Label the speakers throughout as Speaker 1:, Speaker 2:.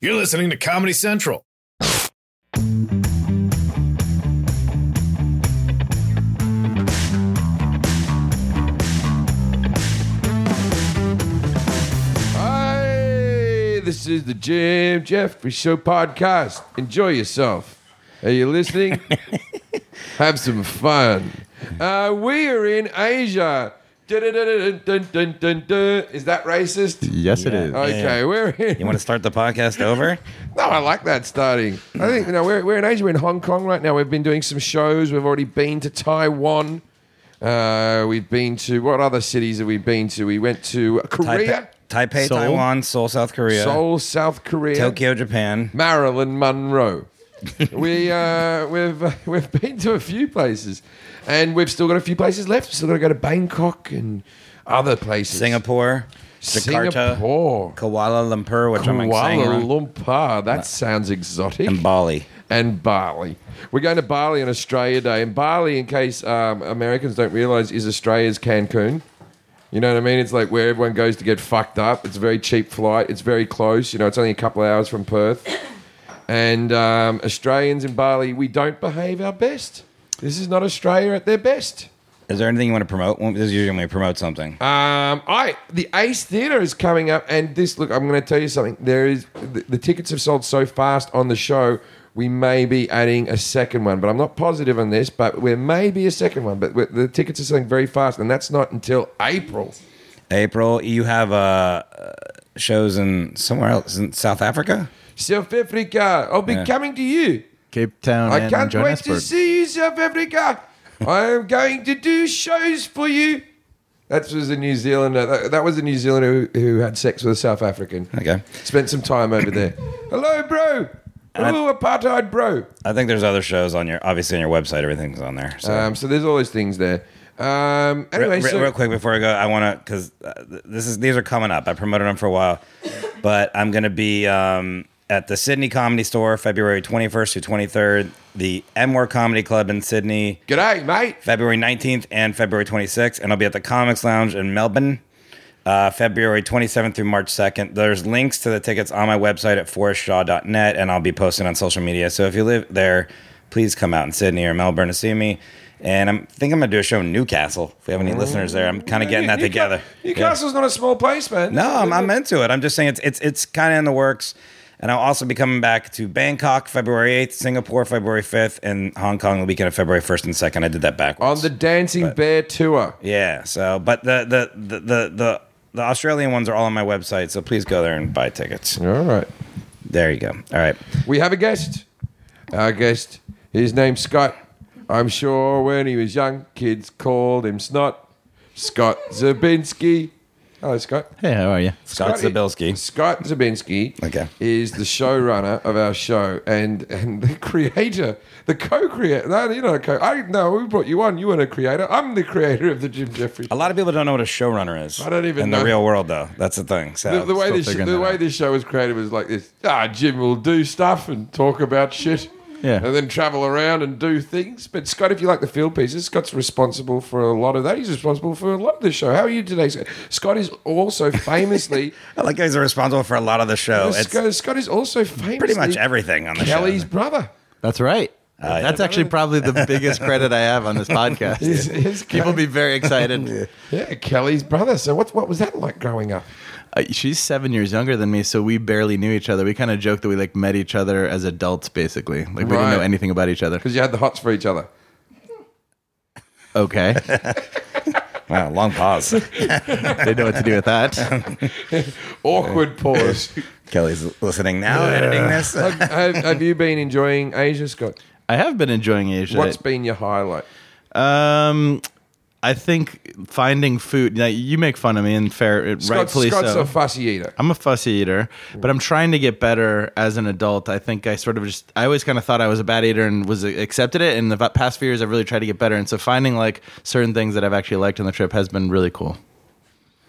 Speaker 1: You're listening to Comedy Central.
Speaker 2: Hi, this is the Jim Jeffrey Show podcast. Enjoy yourself. Are you listening? Have some fun. Uh, we are in Asia. Dun-dun-dun-dun-dun-dun-dun. Is that racist?
Speaker 3: Yes, it is.
Speaker 2: Okay, we're in.
Speaker 4: You want to start the podcast over?
Speaker 2: No, I like that starting. I think you know we're, we're in Asia. We're in Hong Kong right now. We've been doing some shows. We've already been to Taiwan. Uh, we've been to what other cities have we been to? We went to Korea,
Speaker 4: Taipei, Taipei
Speaker 3: Seoul.
Speaker 4: Taiwan, Seoul, South Korea,
Speaker 2: Seoul, South Korea,
Speaker 4: Tokyo, Japan.
Speaker 2: Marilyn Monroe. we uh, we've we've been to a few places, and we've still got a few places left. Still got to go to Bangkok and other places.
Speaker 4: Singapore, Jakarta,
Speaker 2: Singapore,
Speaker 4: Kuala Lumpur, which I'm saying wrong,
Speaker 2: Kuala Lumpur. That sounds exotic.
Speaker 4: and Bali.
Speaker 2: and Bali. We're going to Bali on Australia Day. And Bali, in case um, Americans don't realize, is Australia's Cancun. You know what I mean? It's like where everyone goes to get fucked up. It's a very cheap flight. It's very close. You know, it's only a couple of hours from Perth. And um, Australians in Bali, we don't behave our best. This is not Australia at their best.
Speaker 4: Is there anything you want to promote? Well, This is usually when we promote something.
Speaker 2: Um, I the Ace Theatre is coming up, and this look, I'm going to tell you something. There is the, the tickets have sold so fast on the show. We may be adding a second one, but I'm not positive on this. But there may be a second one, but we- the tickets are selling very fast, and that's not until April.
Speaker 4: April, you have uh, uh, shows in somewhere else in South Africa.
Speaker 2: South Africa, I'll be
Speaker 4: Yeah.
Speaker 2: coming to you.
Speaker 3: Cape Town
Speaker 2: I
Speaker 3: and
Speaker 2: can't wait
Speaker 3: Johannesburg.
Speaker 2: to see you, South Africa. I am going to do shows for you. That was a New Zealander. That, that was a New Zealander who, who had sex with a South African.
Speaker 4: Okay,
Speaker 2: Spent some time over there. Hello, bro. Hello, apartheid, bro.
Speaker 4: I think there's other shows on your obviously on your website. Everything's on there. So.
Speaker 2: Um, so there's all those things there. Um,
Speaker 4: Re-
Speaker 2: anyway,
Speaker 4: re-
Speaker 2: so
Speaker 4: real quick before I go, I want to because uh, th- this is these are coming up. I promoted them for a while, but I'm going to be um, at the Sydney Comedy Store February 21st to 23rd, the Emwer Comedy Club in Sydney
Speaker 2: g'day, mate.
Speaker 4: February 19th and February 26th, and I'll be at the Comics Lounge in Melbourne. Uh, February 27th through March 2nd. There's links to the tickets on my website at forrestshaw.net, and I'll be posting on social media. So if you live there, please come out in Sydney or Melbourne to see me. And I'm, I think I'm going to do a show in Newcastle. If we have any listeners there, I'm kind of getting that
Speaker 2: Oh. Newca-
Speaker 4: together.
Speaker 2: Newcastle's not a small place, man.
Speaker 4: No, I'm, I'm into it. I'm just saying it's it's it's kind of in the works. And I'll also be coming back to Bangkok February 8th, Singapore February 5th, and Hong Kong the weekend of February 1st and 2nd. I did that
Speaker 2: on
Speaker 4: backwards.
Speaker 2: the Dancing Bear tour.
Speaker 4: Yeah. So, but the the the the the, the Australian ones are all on my website. So please go there and buy tickets.
Speaker 2: All right,
Speaker 4: There you go. All right.
Speaker 2: we have a guest. Our guest, his name's Scott. I'm sure when he was young, kids called him Snot. Scott Zabinski. Hello, Scott.
Speaker 3: Hey, how are you?
Speaker 4: Scott
Speaker 2: Scotty-
Speaker 4: Zabilski.
Speaker 2: Scott Zabinski
Speaker 4: Okay.
Speaker 2: is the showrunner of our show and and the creator, the co-creator. No, you're not a co. I no, we brought you on. You weren't a creator. I'm the creator of the Jim Jeffries.
Speaker 4: A lot of people don't know what a showrunner is.
Speaker 2: I don't even
Speaker 4: in
Speaker 2: know.
Speaker 4: the real world though. That's the thing. So
Speaker 2: The, the way
Speaker 3: still
Speaker 2: this
Speaker 3: figuring
Speaker 2: the
Speaker 3: that
Speaker 2: way
Speaker 3: out.
Speaker 2: this show was created was like this. Ah, Jim will do stuff and talk about shit.
Speaker 3: Yeah.
Speaker 2: And then travel around and do things. But Scott, if you like the field pieces, Scott's responsible for a lot of that. He's responsible for a lot of the show. How are you today, Scott? Scott is also famously
Speaker 4: I like guys are responsible for a lot of the show. Oh, It's
Speaker 2: Scott, Scott is also famously
Speaker 4: pretty much everything on the
Speaker 2: Kelly's
Speaker 4: show.
Speaker 2: brother.
Speaker 3: That's right.
Speaker 4: yeah.
Speaker 3: That's actually probably the biggest credit I have on this podcast.
Speaker 2: Is- is
Speaker 3: People
Speaker 2: Kelly-
Speaker 3: be very excited.
Speaker 2: Yeah, Kelly's brother. So what what was that like growing up?
Speaker 3: Uh, she's seven years younger than me, so we barely knew each other. We kind of joked that we like met each other as adults, basically. Like we didn't
Speaker 2: Right.
Speaker 3: know anything about each other.
Speaker 2: Because you had the hots for each other.
Speaker 3: Okay,
Speaker 4: Wow, long pause.
Speaker 3: they know what to do with that.
Speaker 2: Awkward pause.
Speaker 4: Kelly's listening now, editing this.
Speaker 2: have, have- have you been enjoying Asia, Scott?
Speaker 3: I have been enjoying Asia.
Speaker 2: What's been your highlight?
Speaker 3: Um, I think finding food. Now, you make fun of me, and fair,
Speaker 2: Scott,
Speaker 3: rightfully
Speaker 2: Scott's
Speaker 3: so.
Speaker 2: a fussy eater.
Speaker 3: I'm a fussy eater,
Speaker 2: Mm.
Speaker 3: but I'm trying to get better as an adult. I think I sort of just I always kind of thought I was a bad eater and was accepted it. And the va- past few years, I've really tried to get better. And so finding like certain things that I've actually liked on the trip has been really cool.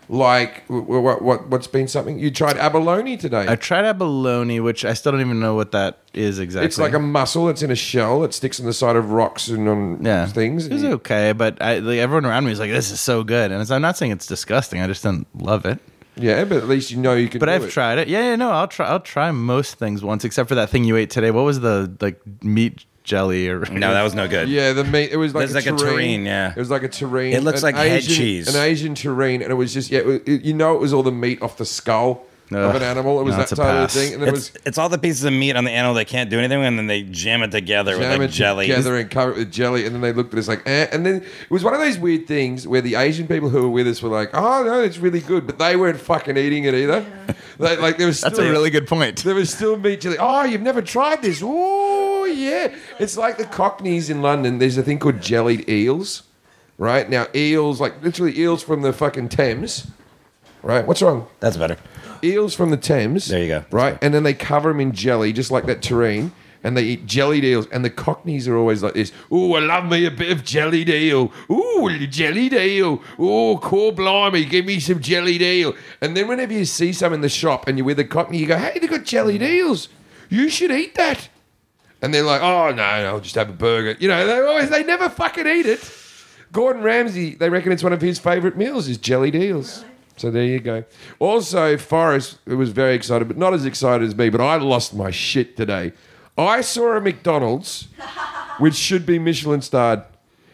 Speaker 2: Like what, what what what's been something you tried abalone today?
Speaker 3: I tried abalone, which I still don't even know what that is exactly.
Speaker 2: it's like a mussel. It's in a shell. It sticks on the side of rocks and on
Speaker 3: yeah
Speaker 2: things.
Speaker 3: It was okay, but I, like, everyone around me was like, "This is so good," and it's, I'm not saying it's disgusting. I just didn't love it.
Speaker 2: Yeah, but at least you know you can.
Speaker 3: But
Speaker 2: do
Speaker 3: I've
Speaker 2: it.
Speaker 3: tried it. Yeah, yeah, no, I'll try. I'll try most things once, except for that thing you ate today. What was the like meat jelly or?
Speaker 4: No, that was no good.
Speaker 2: Yeah, the meat. It was like,
Speaker 4: It's like a terrine, yeah.
Speaker 2: it was like a terrine.
Speaker 4: It looks
Speaker 2: an
Speaker 4: like head
Speaker 2: Asian-
Speaker 4: cheese.
Speaker 2: an Asian terrine, and it was just yeah. It, it- you know, it was all the meat off the skull of
Speaker 3: Ugh.
Speaker 2: an animal. It was
Speaker 3: No,
Speaker 2: that
Speaker 3: it's a
Speaker 2: type of
Speaker 3: pass.
Speaker 2: thing, and it was
Speaker 4: It's, it's all the pieces of meat on the animal they can't do anything with, and then they jam it together with
Speaker 2: jam
Speaker 4: like
Speaker 2: it
Speaker 4: jelly.
Speaker 2: together and cover it with jelly, and then they looked at us like, eh. and then it was one of those weird things where the Asian people who were with us were like, oh no, it's really good, but they weren't fucking eating it either. They- like there was
Speaker 3: That's
Speaker 2: still-
Speaker 3: a really good point.
Speaker 2: There was still meat jelly. Oh, you've never tried this. Oh, yeah. It's like the Cockneys in London. There's a thing called jellied eels, right? Now, eels, like literally eels from the fucking Thames, right? What's wrong?
Speaker 4: That's better.
Speaker 2: Eels from the Thames.
Speaker 4: There you go.
Speaker 2: Right? And then they cover them in jelly, just like that terrine. And they eat jellied eels, and the Cockneys are always like this. Ooh, I love me a bit of jellied eel. Ooh, jellied eel. Ooh, cool blimey, give me some jellied eel. And then whenever you see some in the shop and you're with a Cockney, you go, hey, they got jellied eels. You should eat that. And they're like, oh, no, no, I'll just have a burger. You know, they always, they never fucking eat it. Gordon Ramsay, they reckon it's one of his favourite meals is jelly deals. So there you go. Also, Forrest was very excited, but not as excited as me. But I lost my shit today. I saw a McDonald's, which should be Michelin starred.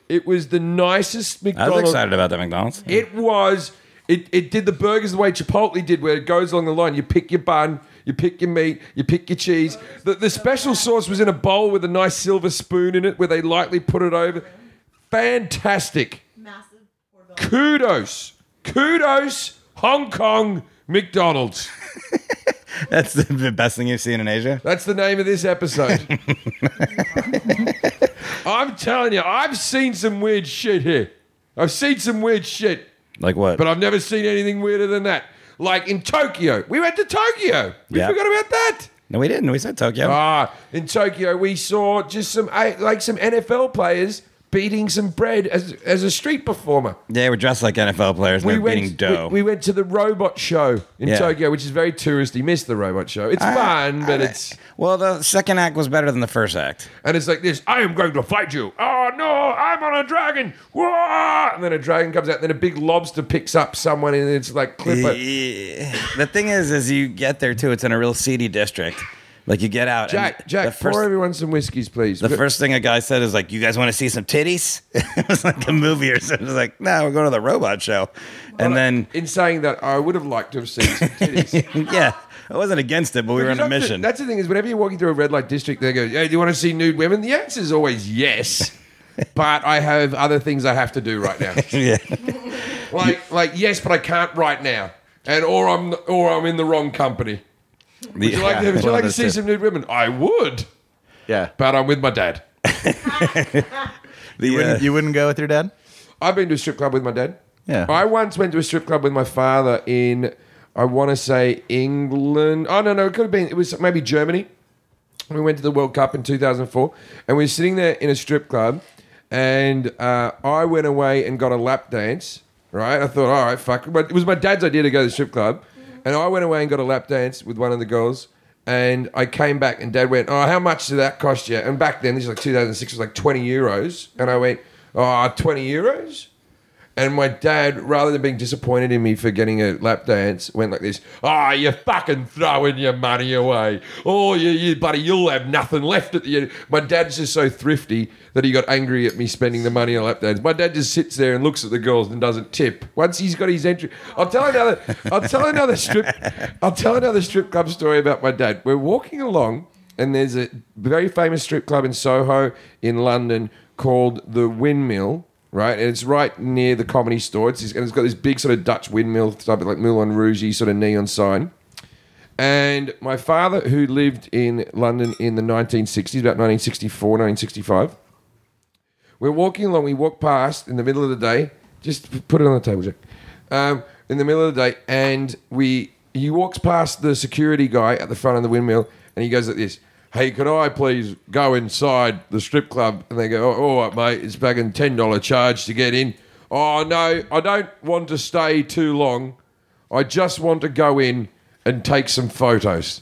Speaker 2: It was the nicest
Speaker 4: I was
Speaker 2: McDonald's.
Speaker 4: excited about that McDonald's.
Speaker 2: It was. It, it did the burgers the way Chipotle did, where it goes along the line. You pick your bun, you pick your meat, you pick your cheese. The, the special sauce was in a bowl with a nice silver spoon in it, where they lightly put it over. Fantastic.
Speaker 5: Massive portobello.
Speaker 2: Kudos. Kudos, Hong Kong McDonald's.
Speaker 4: That's the- the best thing you've seen in Asia.
Speaker 2: That's the name of this episode. I'm telling you, I've seen some weird shit here. I've seen some weird shit.
Speaker 4: Like what?
Speaker 2: But uh, I've never seen anything weirder than that. Like in Tokyo, we went to Tokyo. We
Speaker 4: Yeah.
Speaker 2: forgot about that.
Speaker 4: no, we didn't. We said Tokyo.
Speaker 2: Ah, in Tokyo, we saw just some eh, like some NFL players beating some bread as as a street performer.
Speaker 4: yeah, we're dressed like NFL players.
Speaker 2: We
Speaker 4: We are
Speaker 2: went
Speaker 4: beating dough.
Speaker 2: We, we went to the robot show in
Speaker 4: Yeah. Ah,
Speaker 2: Tokyo, which is very touristy. Missed the robot show. It's fun, but it's
Speaker 4: Uh, well, the second act was better than the first act.
Speaker 2: and it's like this. I am going to fight you. Oh no, I'm on a dragon. Whoa! And then a dragon comes out. And then a big lobster picks up someone, and it's like clipper.
Speaker 4: Yeah. The thing is, is you get there too. It's in a real seedy district. Like you get out.
Speaker 2: Jack,
Speaker 4: and
Speaker 2: Jack,
Speaker 4: the first,
Speaker 2: pour everyone some whiskeys, please.
Speaker 4: the first thing a guy said is like, "You guys want to see some titties?" it was like a movie or something. It's like, no, we're going to the robot show. And then,
Speaker 2: in saying that, I would have liked to have seen some titties.
Speaker 4: yeah, I wasn't against it, but we were on a
Speaker 2: That's the-
Speaker 4: mission.
Speaker 2: that's the thing is, whenever you're walking through a red light district, they go, "Hey, do you want to see nude women?" The answer is always yes, but I have other things I have to do right now.
Speaker 4: yeah.
Speaker 2: Like, like yes, but I can't right now, and or I'm or I'm in the wrong company. Would you like
Speaker 3: Yeah,
Speaker 2: to, would
Speaker 3: one
Speaker 2: you
Speaker 3: of
Speaker 2: like to
Speaker 3: those
Speaker 2: see
Speaker 3: two.
Speaker 2: some nude women? I would,
Speaker 3: yeah,
Speaker 2: but I'm with my dad.
Speaker 4: The,
Speaker 3: you
Speaker 4: uh,
Speaker 3: wouldn't, you wouldn't go with your dad.
Speaker 2: I've been to a strip club with my dad.
Speaker 3: Yeah.
Speaker 2: I once went to a strip club with my father in, I want to say England. Oh, no, no, it could have been, it was maybe Germany. We went to the World Cup in 2004 and we were sitting there in a strip club and uh, I went away and got a lap dance, right? I thought, all right, fuck. But it was my dad's idea to go to the strip club. And I went away and got a lap dance with one of the girls. And I came back and dad went, oh, how much did that cost you? And back then, this is like 2006, it was like 20 euros. And I went, oh, 20 euros? And my dad, rather than being disappointed in me for getting a lap dance, went like this: "Ah, you're fucking throwing your money away. Oh, you, you buddy, you'll have nothing left at the end." My dad's just so thrifty that he got angry at me spending the money on lap dance. My dad just sits there and looks at the girls and doesn't tip. Once he's got his entry, I'll tell another. I'll tell another strip. I'll tell another strip club story about my dad. We're walking along, and there's a very famous strip club in Soho in London called the Windmill right? And it's right near the comedy store. It's and it's got this big sort of Dutch windmill type, of like Moulin Rouge sort of neon sign. And my father, who lived in London in the 1960s, about 1964, 1965, we're walking along. We walk past in the middle of the day. Just put it on the table, Jack. Um, in the middle of the day, and we he walks past the security guy at the front of the windmill, and he goes like this: "Hey, could I please go inside the strip club?" And they go, oh, "All right, mate. It's back in ten dollar charge to get in." Oh no, I don't want to stay too long. I just want to go in and take some photos.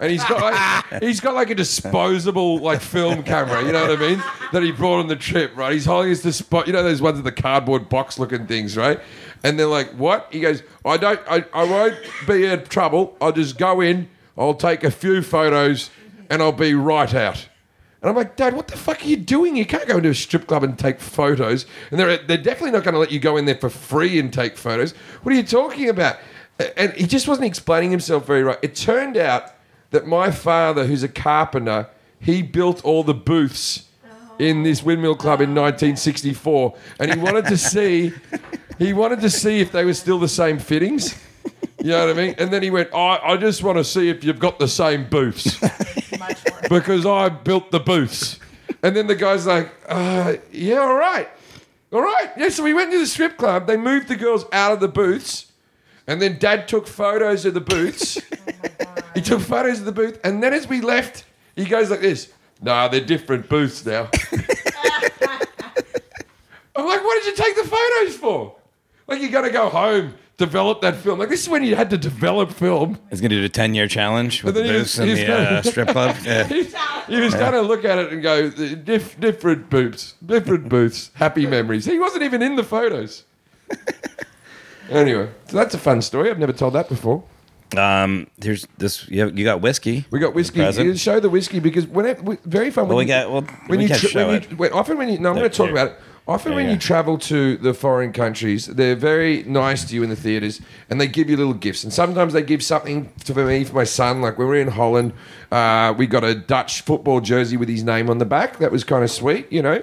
Speaker 2: and he's got like he's got like a disposable like film camera. You know what I mean? That he brought on the trip, right? He's holding his dispo- You know those ones with the cardboard box looking things, right? And they're like, "What?" He goes, "I don't. I, I won't be in trouble. I'll just go in. I'll take a few photos, and I'll be right out." And I'm like, Dad, what the fuck are you doing? You can't go into a strip club and take photos. And they're, they're definitely not going to let you go in there for free and take photos. What are you talking about? A- And he just wasn't explaining himself very right. It turned out that my father, who's a carpenter, he built all the booths in this windmill club in 1964. And he wanted to see, he wanted to see if they were still the same fittings. You know what I mean? And then he went, I, I just want to see if you've got the same booths
Speaker 5: Much more.
Speaker 2: because I built the booths. And then the guy's like, uh, yeah, all right. All right. Yeah, so we went to the strip club. They moved the girls out of the booths. And then dad took photos of the booths. he took photos of the booth. And then as we left, he goes like this Nah, they're different booths now. I'm like, what did you take the photos for? Like, you got to go home, develop that film. Like, this is when you had to develop film.
Speaker 4: He's gonna do the ten year challenge with the
Speaker 2: And then he
Speaker 4: booths
Speaker 2: was-
Speaker 4: and
Speaker 2: he was
Speaker 4: the
Speaker 2: gonna-
Speaker 4: uh, strip club. Yeah.
Speaker 2: He was going to look at it and go, Dif- different booths, different booths, happy memories. He wasn't even in the photos. anyway, so that's a fun story. I've never told that before.
Speaker 4: Um, here's this. You, have, you got whiskey.
Speaker 2: We got whiskey.
Speaker 4: Present.
Speaker 2: You show the whiskey because when it, we- very fun. When
Speaker 4: Well, we
Speaker 2: you-
Speaker 4: got- well,
Speaker 2: when
Speaker 4: we
Speaker 2: you
Speaker 4: can
Speaker 2: tra-
Speaker 4: show
Speaker 2: when
Speaker 4: it.
Speaker 2: you wait, often when you no, I'm
Speaker 4: There,
Speaker 2: going to talk
Speaker 4: here.
Speaker 2: about it. Often
Speaker 4: There
Speaker 2: when
Speaker 4: you
Speaker 2: you
Speaker 4: go.
Speaker 2: travel to the foreign countries, they're very nice to you in the theaters, and they give you little gifts. And sometimes they give something to for me for my son. Like when we were in Holland, uh, we got a Dutch football jersey with his name on the back. That was kind of sweet, you know.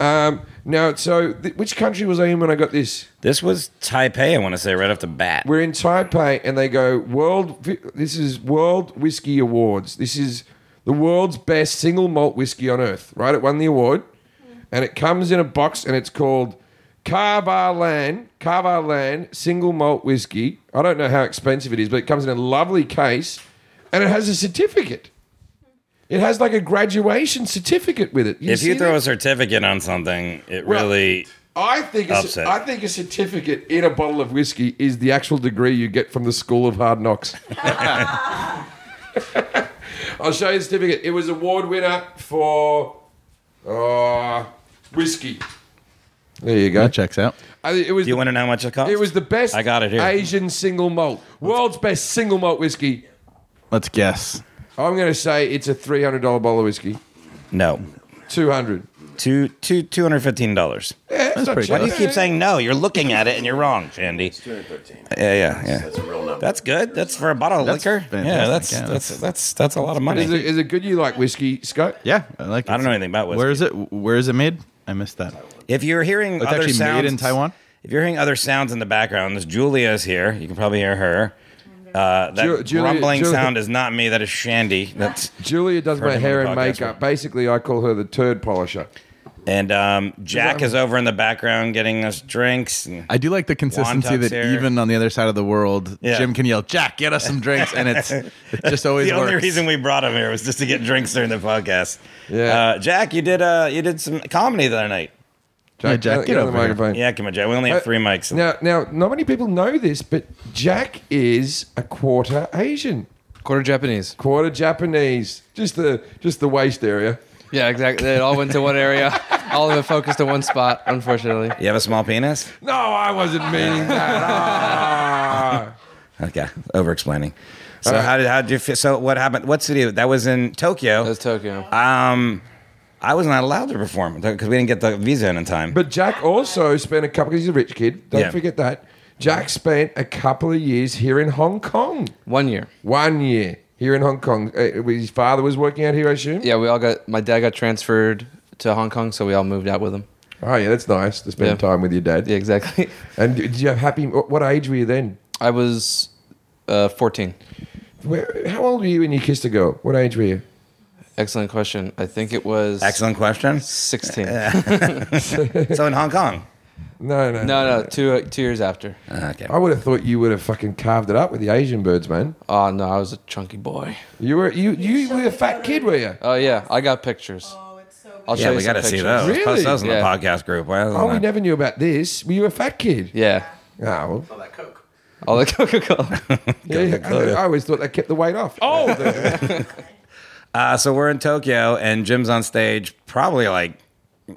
Speaker 2: Um, now, so th- which country was I in when I got this?
Speaker 4: This was Taipei. I want to say right off the bat.
Speaker 2: We're in Taipei, and they go world. This is World Whiskey Awards. This is the world's best single malt whiskey on earth. Right, it won the award,
Speaker 4: Mm-hmm.
Speaker 2: and it comes in a box, and it's called Carvalan Carvalan Single Malt Whiskey. I don't know how expensive it is, but it comes in a lovely case, and it has a certificate. It has like a graduation certificate with it.
Speaker 4: if you
Speaker 2: see
Speaker 4: throw
Speaker 2: that?
Speaker 4: a certificate on something, it
Speaker 2: Well,
Speaker 4: really
Speaker 2: I think a,
Speaker 4: Upset.
Speaker 2: I think a certificate in a bottle of whiskey is the actual degree you get from the School of Hard Knocks. I'll show you the certificate. It was award winner for uh, whiskey. There you go.
Speaker 3: That checks out.
Speaker 2: I think it was
Speaker 4: Do you
Speaker 2: the-
Speaker 4: want to know how much it costs?
Speaker 2: it was the best
Speaker 4: I got it here.
Speaker 2: Asian single malt. World's best single malt whiskey.
Speaker 3: Let's guess.
Speaker 2: I'm going to say it's a $300 bottle of whiskey.
Speaker 4: no,
Speaker 2: 200.
Speaker 4: two two two hundred fifteen dollars.
Speaker 2: That's
Speaker 3: pretty
Speaker 4: Why do you keep saying no? You're looking at it and you're wrong, Shandy. Yeah, yeah, yeah. That's a real number. That's good. That's for a bottle of
Speaker 3: That's
Speaker 4: liquor. Yeah,
Speaker 3: fantastic.
Speaker 4: that's,
Speaker 3: Yeah,
Speaker 4: that's that's that's a lot of money.
Speaker 2: Is it, is it good you like whiskey, Scott?
Speaker 3: Yeah, I like. It.
Speaker 4: I don't know anything about whiskey.
Speaker 3: Where is it? Where is it made? I missed that.
Speaker 4: If you're hearing
Speaker 3: Oh, It's
Speaker 4: other
Speaker 3: actually made
Speaker 4: sounds
Speaker 3: in Taiwan?
Speaker 4: if you're hearing other sounds in the background, there's Julia's here. You can probably hear her. Uh, that
Speaker 2: Ju- Julia-
Speaker 4: rumbling
Speaker 2: Julia-
Speaker 4: sound is not me. That is Shandy. That's
Speaker 2: Julia does
Speaker 4: Heard
Speaker 2: my
Speaker 4: him
Speaker 2: hair
Speaker 4: on
Speaker 2: and
Speaker 4: the podcast,
Speaker 2: makeup. Basically, I call her the turd polisher.
Speaker 4: and um, Jack is over in the background getting us drinks. And
Speaker 3: I do like the consistency
Speaker 4: Wontuk's
Speaker 3: that
Speaker 4: here.
Speaker 3: even on the other side of the world,
Speaker 4: Yeah.
Speaker 3: Jim can yell, "Jack, get us some drinks," and it's it just always
Speaker 4: the
Speaker 3: works.
Speaker 4: only reason we brought him here was just to get drinks during the podcast.
Speaker 2: Yeah.
Speaker 4: uh, Jack, you did uh, you did some comedy the other night.
Speaker 3: Yeah, Jack,
Speaker 2: uh,
Speaker 3: get
Speaker 2: on the
Speaker 3: over here.
Speaker 2: microphone.
Speaker 4: Yeah, come on, Jack. We only have three mics.
Speaker 2: Now, now, not many people know this, but Jack is a quarter Asian,
Speaker 6: Quarter Japanese.
Speaker 2: quarter Japanese. Just the just the waist area.
Speaker 6: Yeah, exactly. It all went to one area. All of it focused to one spot, unfortunately.
Speaker 4: You have a small penis.
Speaker 2: No, I wasn't meaning that. Ah.
Speaker 4: Okay, over explaining. So
Speaker 3: Uh,
Speaker 4: how did how did you feel? So what happened? What city? That was in Tokyo.
Speaker 6: That was Tokyo.
Speaker 4: Um, I was not allowed to perform because we didn't get the visa in in time.
Speaker 2: But Jack also spent a couple. He's a rich kid. Don't
Speaker 4: Yeah.
Speaker 2: forget that. Jack spent a couple of years here in Hong Kong.
Speaker 6: One year.
Speaker 2: One year here in Hong Kong. Uh, his father was working out here, I assume.
Speaker 6: Yeah, we all got. My dad got transferred to Hong Kong, so we all moved out with him.
Speaker 2: Oh yeah, that's nice to spend
Speaker 6: Yeah.
Speaker 2: time with your dad.
Speaker 6: Yeah, exactly.
Speaker 2: And did you have happy? What what age were you then?
Speaker 6: I was uh, 14.
Speaker 2: Where, how old were you when you kissed a girl? What age were you?
Speaker 6: Excellent question. I think it was
Speaker 4: Excellent question.
Speaker 6: 16.
Speaker 4: So in Hong Kong.
Speaker 2: No, no,
Speaker 6: No, no, two uh, two years after.
Speaker 4: Okay.
Speaker 2: I would have thought you would have fucking carved it up with the Asian birds, man.
Speaker 6: Oh no, I was a chunky boy.
Speaker 2: You were you you were a fat kid, were you?
Speaker 6: Oh yeah, I got pictures.
Speaker 5: Oh, it's so
Speaker 6: I'll
Speaker 4: Yeah,
Speaker 6: show you
Speaker 4: we
Speaker 6: some
Speaker 4: got to
Speaker 6: pictures.
Speaker 4: see those.
Speaker 2: Really?
Speaker 4: Post those in the
Speaker 6: Yeah.
Speaker 4: podcast group. uh, Why
Speaker 2: Oh, we
Speaker 4: isn't that-
Speaker 2: never knew about this. Were you a fat kid?
Speaker 6: Yeah,
Speaker 2: Oh, Ah, well.
Speaker 6: All the Coca Cola.
Speaker 2: Yeah, I, I always thought that kept the weight off. Oh,
Speaker 4: Uh, so we're in Tokyo, and Jim's on stage, probably like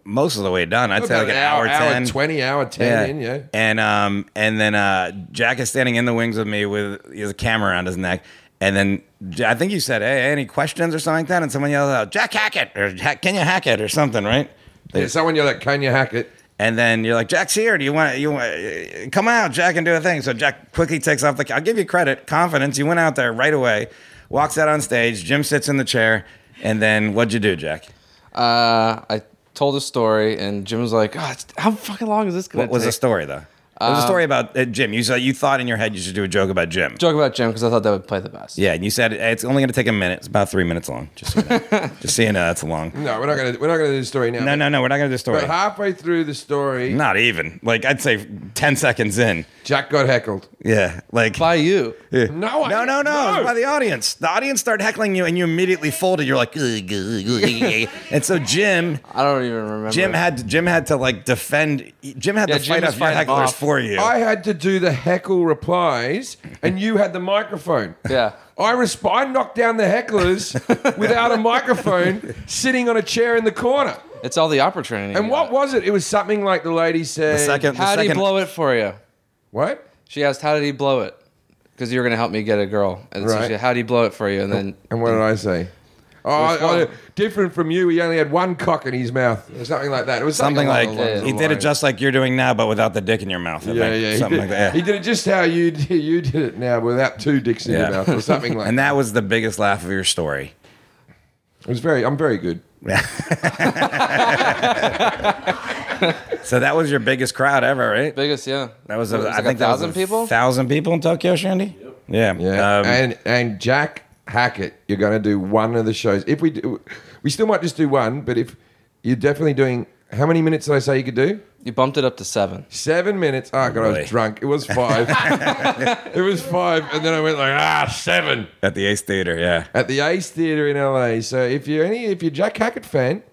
Speaker 4: most of the way done. I'd say like an hour, ten,
Speaker 2: twenty, hour ten in, yeah.
Speaker 4: And um, and then uh, Jack is standing in the wings with me with he has a camera around his neck. And then J- I think you said, "Hey, any questions or something like that?" And someone yelled out, "Jack Hackett or Jack, can you hack it or something?" Right?
Speaker 2: yeah. Someone yelled at Kanye Hackett.
Speaker 4: And then you're like, Jack's here. Do you want you want come out, Jack, and do a thing? So Jack quickly takes off the. I'll give you credit, confidence. You went out there right away, walks out on stage. Jim sits in the chair, and then what'd you do, Jack?
Speaker 6: Uh, I told a story, and Jim was like, "Ah, it's- "How fucking long is this going
Speaker 4: What
Speaker 6: to
Speaker 4: was
Speaker 6: take?"
Speaker 4: the story though? It was a story about uh, Jim. You said you thought in your head you should do a joke about Jim.
Speaker 6: Joke about Jim because I thought that would play the best.
Speaker 4: Yeah, and you said "Hey, it's only going to take a minute. It's about three minutes long. Just so you know. just so you know, that's long.
Speaker 2: No, we're not gonna we're not gonna do the story now.
Speaker 4: No, no, no. We're not going to do a story.
Speaker 2: But halfway through the story,
Speaker 4: Not even. Like I'd say ten seconds in.
Speaker 2: Jack got heckled.
Speaker 4: Yeah. Like
Speaker 6: By you.
Speaker 2: No, Oh, I,
Speaker 4: No, no, no. It was by the audience. The audience started heckling you, and you immediately folded. You're like, "Ugh, ugh, ugh." and so Jim,
Speaker 6: I don't even remember.
Speaker 4: Jim had Jim had to like defend. Jim had
Speaker 6: Yeah,
Speaker 4: to
Speaker 6: Jim
Speaker 4: fight
Speaker 6: was
Speaker 4: off your
Speaker 6: fighting
Speaker 4: hecklers
Speaker 6: off.
Speaker 4: for you.
Speaker 2: I had to do the heckle replies, and you had the microphone.
Speaker 6: Yeah.
Speaker 2: I, resp- I knocked down the hecklers without a microphone, sitting on a chair in the corner.
Speaker 6: It's all the opportunity.
Speaker 2: And what was it? It was something like the lady said.
Speaker 4: the second,
Speaker 6: How
Speaker 4: the
Speaker 6: did he
Speaker 4: second,
Speaker 6: blow it for you?
Speaker 2: What?
Speaker 6: She asked, "How did he blow it?" Because you were going to help me get a girl, and so
Speaker 2: Right.
Speaker 6: she, "How did he blow it for you?" And then
Speaker 2: And what did I say? Oh,
Speaker 6: Which
Speaker 2: I- I-
Speaker 6: one?
Speaker 2: different from you. He only had one cock in his mouth, or something like that. It was something,
Speaker 4: something like
Speaker 2: along those
Speaker 4: he did it
Speaker 2: lines.
Speaker 4: just like you're doing now, but without the dick in your mouth. I
Speaker 2: Yeah,
Speaker 4: think.
Speaker 2: yeah. He
Speaker 4: something
Speaker 2: did,
Speaker 4: like that.
Speaker 2: he
Speaker 4: Yeah.
Speaker 2: did it just how you did, you did it now, without two dicks in
Speaker 4: Yeah.
Speaker 2: your mouth, or something like
Speaker 4: And
Speaker 2: that.
Speaker 4: that was the biggest laugh of your story.
Speaker 2: It was very. I'm very good.
Speaker 4: So that was your biggest crowd ever, right?
Speaker 6: biggest, yeah.
Speaker 4: That was,
Speaker 6: What,
Speaker 4: a,
Speaker 6: it
Speaker 4: I
Speaker 6: like
Speaker 4: think
Speaker 6: a thousand
Speaker 4: that was a
Speaker 6: people.
Speaker 4: Thousand people in Tokyo, Shandy. Yeah.
Speaker 2: Yeah,
Speaker 4: Um,
Speaker 2: and and Jack Hackett, you're going to do one of the shows. If we do, we still might just do one, but if you're definitely doing, how many minutes did I say you could do?
Speaker 6: you bumped it up to seven.
Speaker 2: Seven minutes. Oh god, I
Speaker 4: Really?
Speaker 2: was drunk. It was five. it was five, and then I went like ah seven
Speaker 4: at the Ace Theater. Yeah.
Speaker 2: at the Ace Theatre in LA. So if you're any, if you're Jack Hackett fan.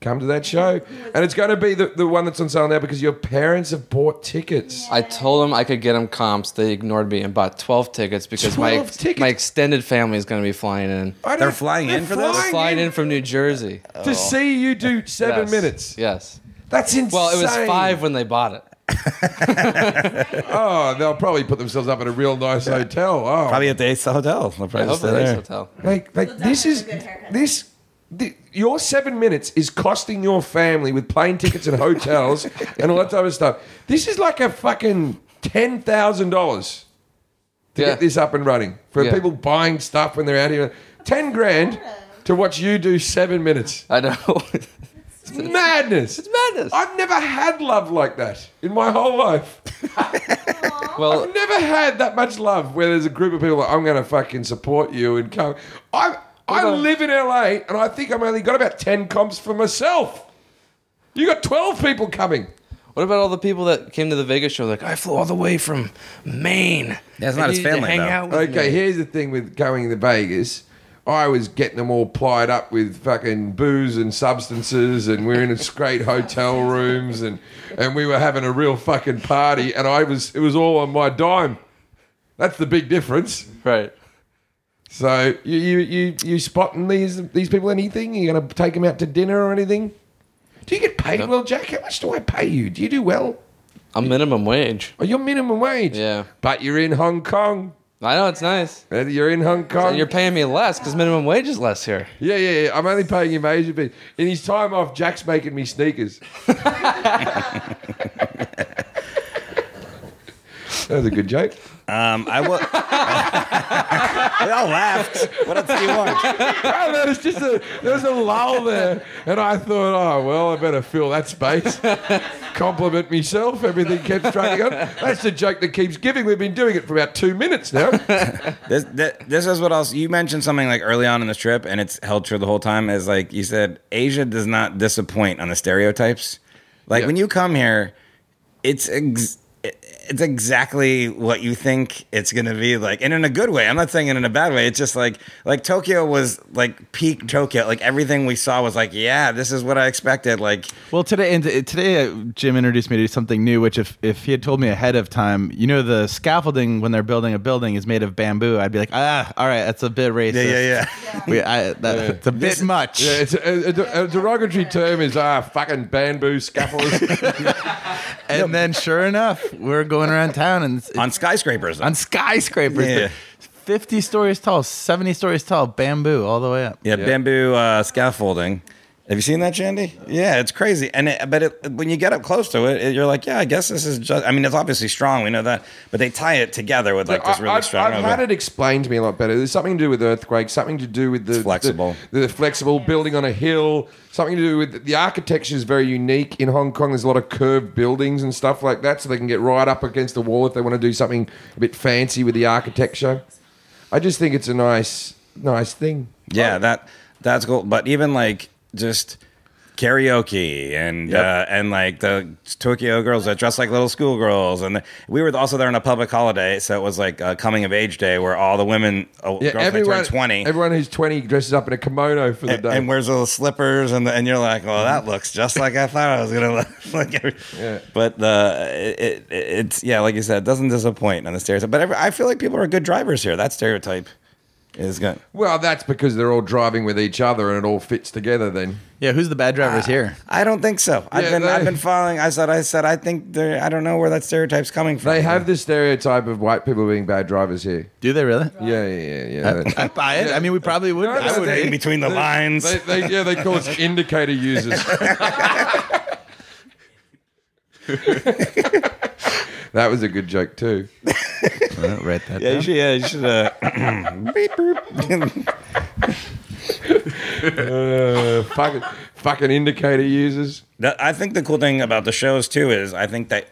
Speaker 2: Come to that show, and it's going to be the, the one that's on sale now because your parents have bought tickets.
Speaker 6: I told them I could get them comps. They ignored me and bought 12 tickets because my,
Speaker 2: 12 tickets?
Speaker 6: my extended family is going to be flying in.
Speaker 2: I don't-
Speaker 4: They're flying in for this?
Speaker 6: They're flying in from New Jersey.
Speaker 2: to see you do seven
Speaker 6: Yes.
Speaker 2: minutes.
Speaker 6: Yes.
Speaker 2: That's insane.
Speaker 6: Well, it was five when they bought it.
Speaker 2: Oh, they'll probably put themselves up at a real nice hotel. Oh,
Speaker 4: Probably at the Ace Hotel. They'll probably
Speaker 6: I hope
Speaker 4: stay
Speaker 6: the Ace
Speaker 4: there.
Speaker 6: Hotel.
Speaker 2: like, like this is this. The, your seven minutes is costing your family with plane tickets and hotels and all that type of stuff. This is like a fucking ten thousand dollars to
Speaker 6: Yeah.
Speaker 2: get this up and running for
Speaker 6: Yeah.
Speaker 2: people buying stuff when they're out here. Ten grand to watch you do seven minutes.
Speaker 6: I know.
Speaker 2: It's madness. It's
Speaker 6: madness.
Speaker 2: I've never had love like that in my whole life.
Speaker 6: well,
Speaker 2: I've never had that much love where there's a group of people like, I'm going to fucking support you and come. I I
Speaker 6: Well, the-
Speaker 2: live in LA and I think I've only got about 10 comps for myself. You got 12 people coming.
Speaker 6: what about all the people that came to the Vegas show? Like, I flew all the way from Maine.
Speaker 4: That's
Speaker 6: I
Speaker 4: not his
Speaker 6: needed to
Speaker 4: family,
Speaker 6: hang
Speaker 4: though.
Speaker 6: out with
Speaker 2: Okay,
Speaker 6: me."
Speaker 2: here's the thing with going to Vegas. I was getting them all plied up with fucking booze and substances, and we're in a great hotel rooms, and, and we were having a real fucking party, and I was it was all on my dime. That's the big difference.
Speaker 6: Right.
Speaker 2: So you you you, you spotting these these people anything? You gonna take them out to dinner or anything? Do you get paid well, Jack? How much do I pay you? Do you do well?
Speaker 6: I'm minimum wage.
Speaker 2: Oh, you're minimum wage.
Speaker 6: Yeah.
Speaker 2: But you're in Hong Kong.
Speaker 6: I know, it's nice.
Speaker 2: Uh, You're in Hong Kong.
Speaker 6: And you're paying me less because minimum wage is less here.
Speaker 2: yeah, yeah, yeah. I'm only paying him Asian bit. In his time off, Jack's making me sneakers. that was a good joke.
Speaker 4: Um, I will. we all laughed. What else do you want?
Speaker 2: Oh, there was just a there was a lull there, and I thought, oh well, I better fill that space. Compliment myself. Everything kept dragging on. That's the joke that keeps giving. We've been doing it for about two minutes now.
Speaker 4: This, this, this is what else you mentioned something like early on in this trip, and it's held true the whole time. Is like you said, Asia does not disappoint on the stereotypes. Like
Speaker 2: Yeah.
Speaker 4: when you come here, it's ex- it- it's exactly what you think it's going to be like, and in a good way. I'm not saying it in a bad way. It's just like like Tokyo was like peak Tokyo. Like everything we saw was like, yeah, this is what I expected. Like
Speaker 3: Well, today and today, uh, Jim introduced me to something new. Which, if if he had told me ahead of time, you know, the scaffolding when they're building a building is made of bamboo. I'd be like, ah, all right, that's a bit racist.
Speaker 4: yeah, yeah, yeah.
Speaker 3: We, I, that, It's a bit much.
Speaker 2: Yeah, it's a, a- a derogatory term is ah fucking bamboo scaffolders.
Speaker 3: and then, sure enough, we're going around town and it's-
Speaker 4: on skyscrapers.
Speaker 3: on skyscrapers,
Speaker 4: Yeah.
Speaker 3: but fifty stories tall, seventy stories tall, bamboo all the way up.
Speaker 4: Yeah, bamboo uh, scaffolding. Have you seen that, Shandy? Yeah, it's crazy. And it, but it, when you get up close to it, it, you're like, yeah, I guess this is just. I mean, it's obviously strong. We know that, but they tie it together with like this really
Speaker 2: I, I've,
Speaker 4: strong.
Speaker 2: I've had it explained to me a lot better. There's something to do with earthquakes, something to do with the
Speaker 4: flexible.
Speaker 2: the, the flexible building on a hill, something to do with the architecture is very unique in Hong Kong. There's a lot of curved buildings and stuff like that, so they can get right up against the wall if they want to do something a bit fancy with the architecture. I just think it's a nice, nice thing.
Speaker 4: yeah, that that's cool. But even like just karaoke and uh, and like the Tokyo girls that dress like little schoolgirls, and the, we were also there on a public holiday, so it was like a coming of age day where all the women, oh,
Speaker 2: Yeah,
Speaker 4: girls that
Speaker 2: everyone,
Speaker 4: turned twenty,
Speaker 2: everyone who's 20 dresses up in a kimono for the
Speaker 4: and,
Speaker 2: day.
Speaker 4: and wears little slippers, and the, and you're like, well, that looks just like I thought I was gonna look. like every-"
Speaker 2: Yeah.
Speaker 4: But the it, it it's yeah, like you said, it doesn't disappoint on the stereotype. But every, I feel like people are good drivers here. That stereotype is good.
Speaker 2: well, that's because they're all driving with each other and it all fits together then.
Speaker 3: Yeah, who's the bad drivers here?
Speaker 4: I don't think so. I've
Speaker 2: Yeah,
Speaker 4: been
Speaker 2: they-
Speaker 4: I've been following. I said I said I think they're, I don't know where that stereotype's coming from.
Speaker 2: They have the stereotype of white people being bad drivers here.
Speaker 3: Do they really?
Speaker 2: Yeah, yeah, yeah. yeah.
Speaker 3: I
Speaker 2: That-
Speaker 3: buy it. I mean, we probably would.
Speaker 2: No,
Speaker 3: I
Speaker 2: no,
Speaker 3: would
Speaker 2: they-
Speaker 3: be.
Speaker 4: Staying between the lines.
Speaker 2: they, they, yeah, they call us indicator users. that was a good joke too.
Speaker 3: Uh, write that down.
Speaker 4: yeah, you should. Yeah, you should uh, beep, boop.
Speaker 2: Uh, fucking, fucking indicator users.
Speaker 4: That, I think the cool thing about the shows too is I think that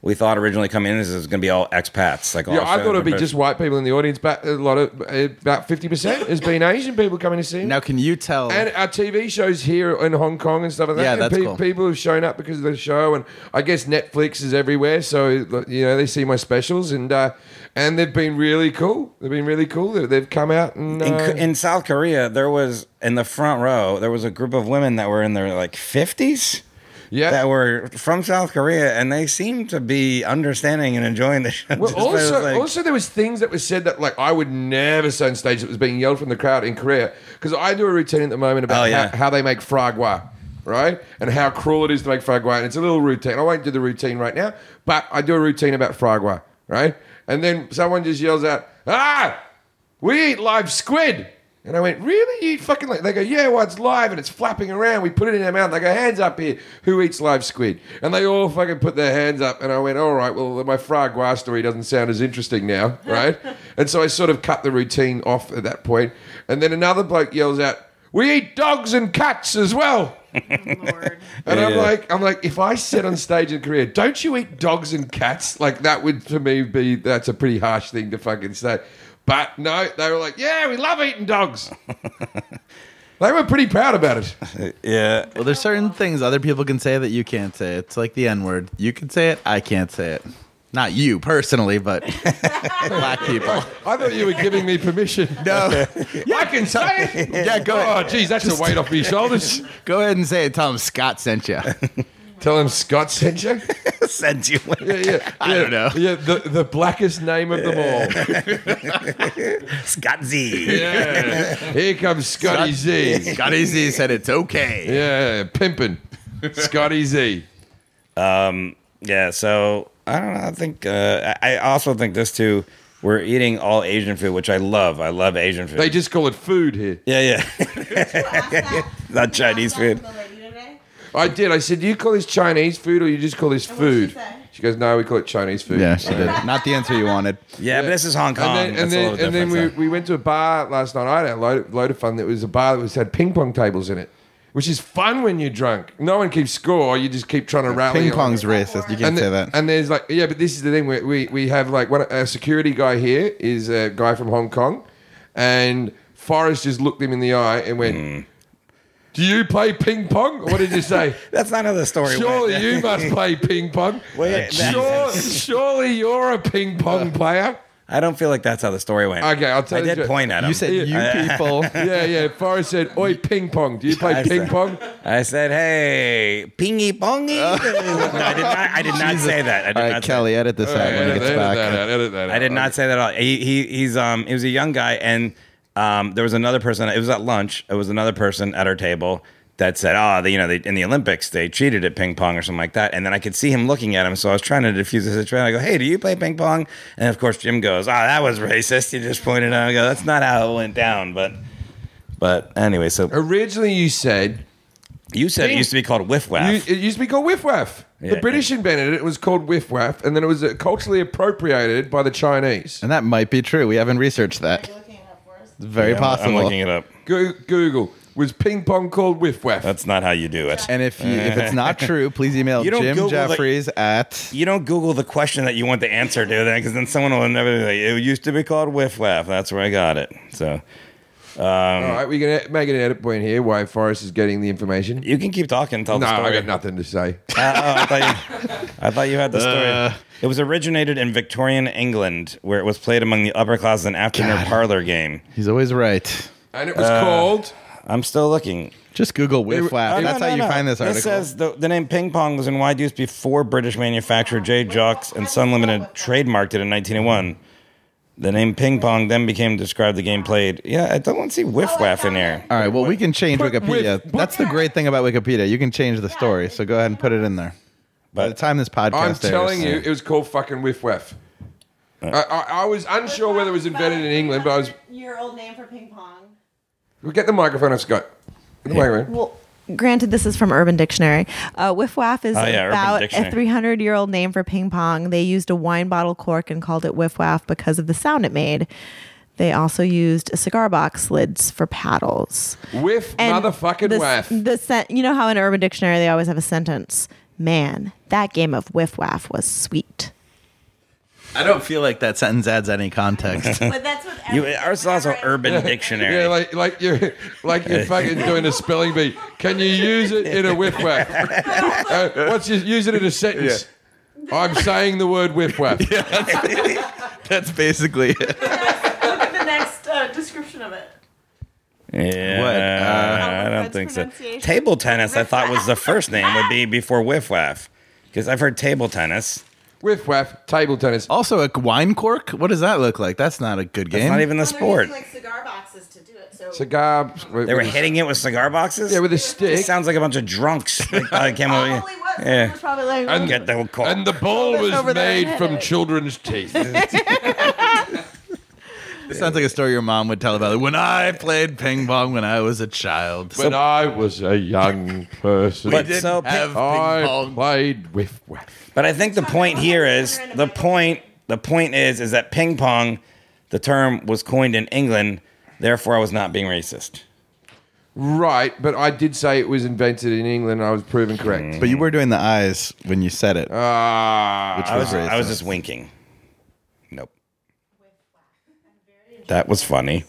Speaker 4: we thought originally coming in is it was going to be all expats. Like all
Speaker 2: Yeah, I thought it'd be
Speaker 4: Australians.
Speaker 2: just white people in the audience, but a lot of about fifty percent has been Asian people coming to see. it.
Speaker 3: Now, can you tell?
Speaker 2: and our TV shows here in Hong Kong and stuff like that.
Speaker 3: Yeah,
Speaker 2: and
Speaker 3: that's
Speaker 2: pe-
Speaker 3: cool.
Speaker 2: People have shown up because of the show, and I guess Netflix is everywhere, so you know they see my specials, and uh, and they've been really cool. They've been really cool. They- They've come out and uh,
Speaker 4: In, in South Korea, there was in the front row there was a group of women that were in their like fifties.
Speaker 2: Yeah.
Speaker 4: that were from South Korea, and they seemed to be understanding and enjoying the show.
Speaker 2: Well,
Speaker 4: Just like-
Speaker 2: also,
Speaker 4: like-
Speaker 2: also there was things that were said that like I would never say on stage that was being yelled from the crowd in Korea because I do a routine at the moment about
Speaker 4: Oh, yeah.
Speaker 2: how, how they make fragua, right, and how cruel it is to make fragua, and it's a little routine. I won't do the routine right now, but I do a routine about fragua, right, and then someone just yells out, "Ah, we eat live squid." And I went, really? You eat fucking like? They go, yeah. Well, it's live and it's flapping around. We put it in our mouth. They go, hands up here. Who eats live squid? And they all fucking put their hands up. And I went, all right. Well, my fragua story doesn't sound as interesting now, right? and so I sort of cut the routine off at that point. And then another bloke yells out, "We eat dogs and cats as well."
Speaker 5: Lord.
Speaker 2: And I'm
Speaker 4: Yeah.
Speaker 2: like, I'm like, if I sit on stage in Korea, don't you eat dogs and cats? Like that would to me be that's a pretty harsh thing to fucking say. But no, they were like, yeah, we love eating dogs. they were pretty proud about it.
Speaker 4: yeah,
Speaker 3: well, there's certain things other people can say that you can't say. It's like the N word. You can say it. I can't say it. Not you personally, but black people.
Speaker 2: I thought you were giving me permission.
Speaker 3: No.
Speaker 2: I can say it.
Speaker 3: Yeah, go
Speaker 2: Oh,
Speaker 3: ahead.
Speaker 2: geez, that's a weight off my shoulders.
Speaker 3: Go ahead and say it. Tell them Scott sent you.
Speaker 2: Tell him Scott sent you.
Speaker 4: sends you.
Speaker 2: Yeah, yeah,
Speaker 3: I don't know.
Speaker 2: Yeah, the, the blackest name of them all.
Speaker 4: Scott Z.
Speaker 2: Yeah. Here comes Scotty Z.
Speaker 3: Scotty Z said it's okay.
Speaker 2: Yeah, pimping. Scotty Z.
Speaker 4: Yeah, so I don't know. I think uh, I I also think this too. We're eating all Asian food, which I love. I love Asian food.
Speaker 2: They just call it food here.
Speaker 4: yeah, yeah. Not Chinese food.
Speaker 2: I did. I said, "Do you call this Chinese food, or you just call this
Speaker 5: And what did she
Speaker 2: food?"
Speaker 5: say?
Speaker 2: She goes, "No, we call it Chinese food."
Speaker 3: Yeah, she did. Not the answer you wanted.
Speaker 4: Yeah, but this is Hong Kong.
Speaker 2: And then, and
Speaker 4: That's a
Speaker 2: then,
Speaker 4: little
Speaker 2: and then we,
Speaker 4: different, so.
Speaker 2: we went to a bar last night. I had a load, load of fun. It was a bar that was had ping pong tables in it, which is fun when you're drunk. No one keeps score. You just keep trying to rally.
Speaker 3: Ping
Speaker 2: on.
Speaker 3: pong's racist. You can't
Speaker 2: and
Speaker 3: say
Speaker 2: the-
Speaker 3: that.
Speaker 2: And there's like, yeah, but this is the thing. We we, we have like one a security guy here is a
Speaker 4: Hmm.
Speaker 2: guy from Hong Kong, and Forrest just looked him in the eye and went, Do you play ping pong? What did you say?
Speaker 4: That's not how the story
Speaker 2: Surely
Speaker 4: went.
Speaker 2: you must play ping pong.
Speaker 4: Wait,
Speaker 2: Sure, surely you're a ping pong player.
Speaker 4: I don't feel like that's how the story went.
Speaker 2: Okay, I'll tell
Speaker 4: I
Speaker 2: you
Speaker 4: did
Speaker 2: ju-
Speaker 4: point at him.
Speaker 3: You said you people.
Speaker 2: Yeah, yeah. Forrest said, Oi, ping pong. Do you play
Speaker 4: I
Speaker 2: ping
Speaker 4: said-
Speaker 2: pong?
Speaker 4: I said, "Hey, pingy pongy." no, I did not. I did not say that. I did
Speaker 3: All
Speaker 4: not
Speaker 3: right,
Speaker 4: say-
Speaker 3: Kelly, edit this out when it
Speaker 2: edit,
Speaker 3: gets
Speaker 2: edit
Speaker 3: back.
Speaker 2: that out. Edit that out.
Speaker 4: I did not say that at all. He, he he's um he was a young guy and um there was another person. It was at lunch. It was another person at our table that said, "Ah, they, you know, they, in the Olympics they cheated at ping pong or something like that." And then I could see him looking at him, so I was trying to defuse the situation. I go, "Hey, do you play ping pong?" And of course, Jim goes, "Ah, that was racist." He just pointed out. I go, "That's not how it went down." But but anyway,
Speaker 2: Er,
Speaker 4: so
Speaker 2: Originally, you said
Speaker 4: you said it used to be called whiff
Speaker 2: you,
Speaker 4: waff.
Speaker 2: it used to be called Whiff Waff.
Speaker 4: Yeah.
Speaker 2: the British invented it. It was called Whiff Waff, and then it was uh, culturally appropriated by the Chinese.
Speaker 3: And that might be true. We haven't researched that.
Speaker 5: looking it up for us.
Speaker 3: It's very
Speaker 4: I'm-
Speaker 3: possible.
Speaker 4: I'm looking it up.
Speaker 2: Go- Google was ping pong called Whiff Waff.
Speaker 4: That's not how you do it.
Speaker 3: and if you, if it's not true, please email
Speaker 4: You don't
Speaker 3: Jim
Speaker 4: Google the-
Speaker 3: Jeffries at.
Speaker 4: You don't Google the question that you want the answer to, then, because then someone will never be like, it used to be called Whiff Laugh. That's where I got it. So
Speaker 2: All right, we can e- make an edit point here. Why Forrest is getting the information?
Speaker 4: you can keep talking, tell
Speaker 2: no,
Speaker 4: the
Speaker 2: I
Speaker 4: story.
Speaker 2: got nothing Uh. to say.
Speaker 4: Uh, oh, I, thought you, I thought you had the story. it was originated in Victorian England, where it was played among the upper class as an afternoon parlor game.
Speaker 3: He's always right.
Speaker 2: And it was called.
Speaker 4: I'm still looking.
Speaker 3: Just Google whiff
Speaker 4: Oh,
Speaker 3: laugh.
Speaker 4: no,
Speaker 3: Uh, That's
Speaker 4: no,
Speaker 3: how you
Speaker 4: no.
Speaker 3: find this article.
Speaker 4: It says the, the name Ping Pong was in wide use before British manufacturer J. Jocks and Sun Limited trademarked it in 1901. The name Ping Pong then became described the game played. Yeah, I don't see Whiff Waff in here.
Speaker 3: All right. Well, we can change
Speaker 2: Put
Speaker 3: Wikipedia.
Speaker 2: whiff-
Speaker 3: That's the great thing about Wikipedia. You can change the story. So go ahead and put it in there. By the
Speaker 4: But
Speaker 3: time this podcast
Speaker 2: I'm
Speaker 3: airs,
Speaker 2: telling you, it was called fucking Whiff Waff. I, I, I was unsure whether it was invented in England, but I was.
Speaker 5: Your old name for ping pong.
Speaker 2: We'll get the microphone off, Scott. Get the microphone.
Speaker 5: Well, granted, this is from Urban Dictionary. Uh, Whiff Waff is
Speaker 4: Oh, yeah, Urban
Speaker 5: about
Speaker 4: Dictionary.
Speaker 5: a 300 year old name for ping pong. They used a wine bottle cork and called it Whiff Waff because of the sound it made. They also used cigar box lids for paddles.
Speaker 2: Whiff
Speaker 5: And
Speaker 2: motherfucking
Speaker 5: the,
Speaker 2: waff.
Speaker 5: The sen- you know how in Urban Dictionary they always have a sentence. Man, that game of Whiff Waff was sweet.
Speaker 3: I don't feel like that sentence adds any context.
Speaker 5: But that's what
Speaker 4: you, ours is also Urban Dictionary.
Speaker 2: Yeah, like like you're like you're fucking doing a spelling bee. Can you use it in a whiff whack? Uh, what's your, use it in a sentence? I'm saying the word whiff whack.
Speaker 3: That's basically it.
Speaker 5: the next uh, description of it.
Speaker 4: yeah,
Speaker 3: What?
Speaker 4: I
Speaker 5: Uh,
Speaker 4: don't think so.
Speaker 5: Pronunciation.
Speaker 4: Table tennis, I thought was the first name would be before Whiff Waff, because I've heard table tennis.
Speaker 2: Whiff whack. Table tennis.
Speaker 4: Oh.
Speaker 3: Also, a wine cork. What does that look like? That's not a good game.
Speaker 4: It's not even the sport.
Speaker 5: cigar boxes to do it. So
Speaker 2: Cigar. uh,
Speaker 4: They were hitting it with cigar boxes.
Speaker 2: Yeah, with a
Speaker 4: It
Speaker 2: stick.
Speaker 4: sounds like a bunch of drunks. Like, uh, came over here. Yeah.
Speaker 5: probably like
Speaker 2: And,
Speaker 4: Get the cork.
Speaker 2: and the ball
Speaker 5: over
Speaker 2: was
Speaker 5: there and
Speaker 2: made
Speaker 5: hit
Speaker 2: from
Speaker 5: it.
Speaker 2: children's teeth.
Speaker 3: It sounds like a story your mom would tell about it. When I played ping pong when I was a child.
Speaker 2: when I was a young person,
Speaker 4: But so,
Speaker 2: I played whiff whack.
Speaker 4: but I think the point here is the point. The point is is that ping pong, the term was coined in England. Therefore, I was not being racist.
Speaker 2: Right, but I did say it was invented in England. and I was proven correct.
Speaker 3: But you were doing the eyes when you said it.
Speaker 2: Ah.
Speaker 3: which
Speaker 4: Uh, I was,
Speaker 3: was,
Speaker 4: I was just winking. Nope. That was funny.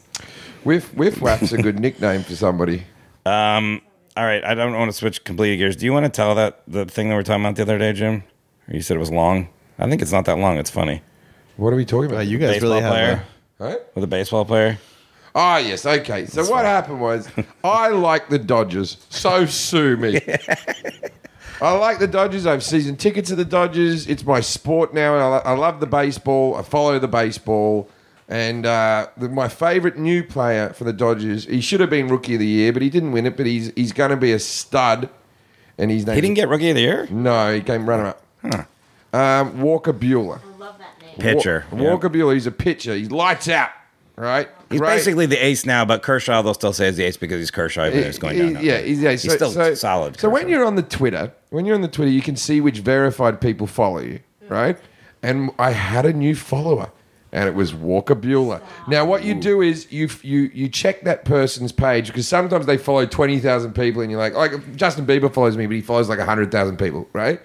Speaker 2: Whiff Whiff Waff's a good nickname for somebody.
Speaker 4: All right, I don't want to switch completely gears. Do you want to tell that the thing that we are talking about the other day, Jim? Or You said it was long. I think it's not that long. It's funny.
Speaker 2: What are we talking about?
Speaker 3: Wow, Uh, you guys
Speaker 4: baseball
Speaker 3: really have.
Speaker 4: player
Speaker 2: Huh?
Speaker 4: with a baseball player.
Speaker 2: Ah, yes. Okay. So what happened was, I like the Dodgers. So sue me. I like the Dodgers. I have season tickets to the Dodgers. It's my sport now, and I, lo- I love the baseball. I follow the baseball, and uh, the, my favorite new player for the Dodgers. He should have been Rookie of the Year, but he didn't win it. But he's he's going to be a stud, and he's
Speaker 4: He didn't get rookie of the year.
Speaker 2: no. He came runner up. Um, Walker Bueller.
Speaker 4: Pitcher.
Speaker 2: Wa- Walker Bueller, he's a pitcher. He lights out, right?
Speaker 4: He's
Speaker 2: Great.
Speaker 4: basically the ace now, but Kershaw they'll still say is the ace because he's Kershaw. Even though he's going
Speaker 2: He-
Speaker 4: down. now.
Speaker 2: Yeah, he's, yeah, so-
Speaker 4: still
Speaker 2: so-
Speaker 4: solid.
Speaker 2: So when
Speaker 4: Kershaw.
Speaker 2: you're on the Twitter, when you're on the Twitter, you can see which verified people follow you, right? And I had a new follower, and it was Walker Bueller. Now, what you do is you f- you you check that person's page because sometimes they follow twenty thousand people, and you're like, like Justin Bieber follows me, but he follows like hundred thousand people, right?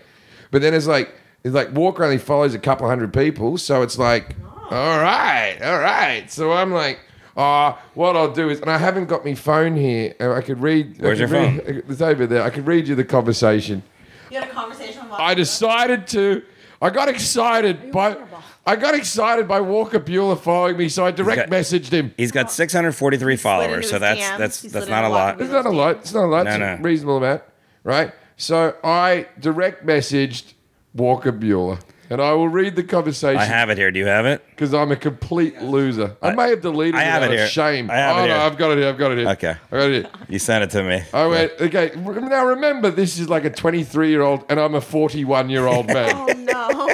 Speaker 2: But then it's like it's like Walker only follows a couple hundred people, so it's like, all right, all right. So I'm like, ah, what I'll do is, and I haven't got my phone here. and I could read.
Speaker 4: Where's
Speaker 2: I could
Speaker 4: your
Speaker 2: read- It's over there. I could read you the conversation.
Speaker 5: You had a conversation with
Speaker 2: I decided to. I got excited by.
Speaker 5: vulnerable?
Speaker 2: I got excited by Walker Bueller following me, so I direct
Speaker 4: got-
Speaker 2: messaged him.
Speaker 4: He's got 643
Speaker 5: into
Speaker 4: followers, so
Speaker 5: his
Speaker 4: that's
Speaker 5: DMs.
Speaker 4: that's
Speaker 5: He slid
Speaker 4: that's
Speaker 5: into
Speaker 4: not a
Speaker 5: a
Speaker 4: lot.
Speaker 5: lot
Speaker 2: It's not a lot. It's not a lot.
Speaker 4: No,
Speaker 2: it's a
Speaker 4: no.
Speaker 2: reasonable amount, right? So I direct messaged Walker Bueller, and I will read the
Speaker 4: I
Speaker 2: conversation
Speaker 4: have it here. Do you have it?
Speaker 2: because I'm a complete loser. I, may have deleted
Speaker 4: I
Speaker 2: it.
Speaker 4: have
Speaker 2: out
Speaker 4: it
Speaker 2: of
Speaker 4: here.
Speaker 2: Shame.
Speaker 4: I have
Speaker 2: oh,
Speaker 4: it
Speaker 2: no,
Speaker 4: here.
Speaker 2: I've got it here. I've got it here.
Speaker 4: Okay.
Speaker 2: I got it here.
Speaker 4: You sent it to me.
Speaker 2: I went, okay. r- Now remember, this is like a 23 year old, and I'm a 41 year old man.
Speaker 5: Oh no!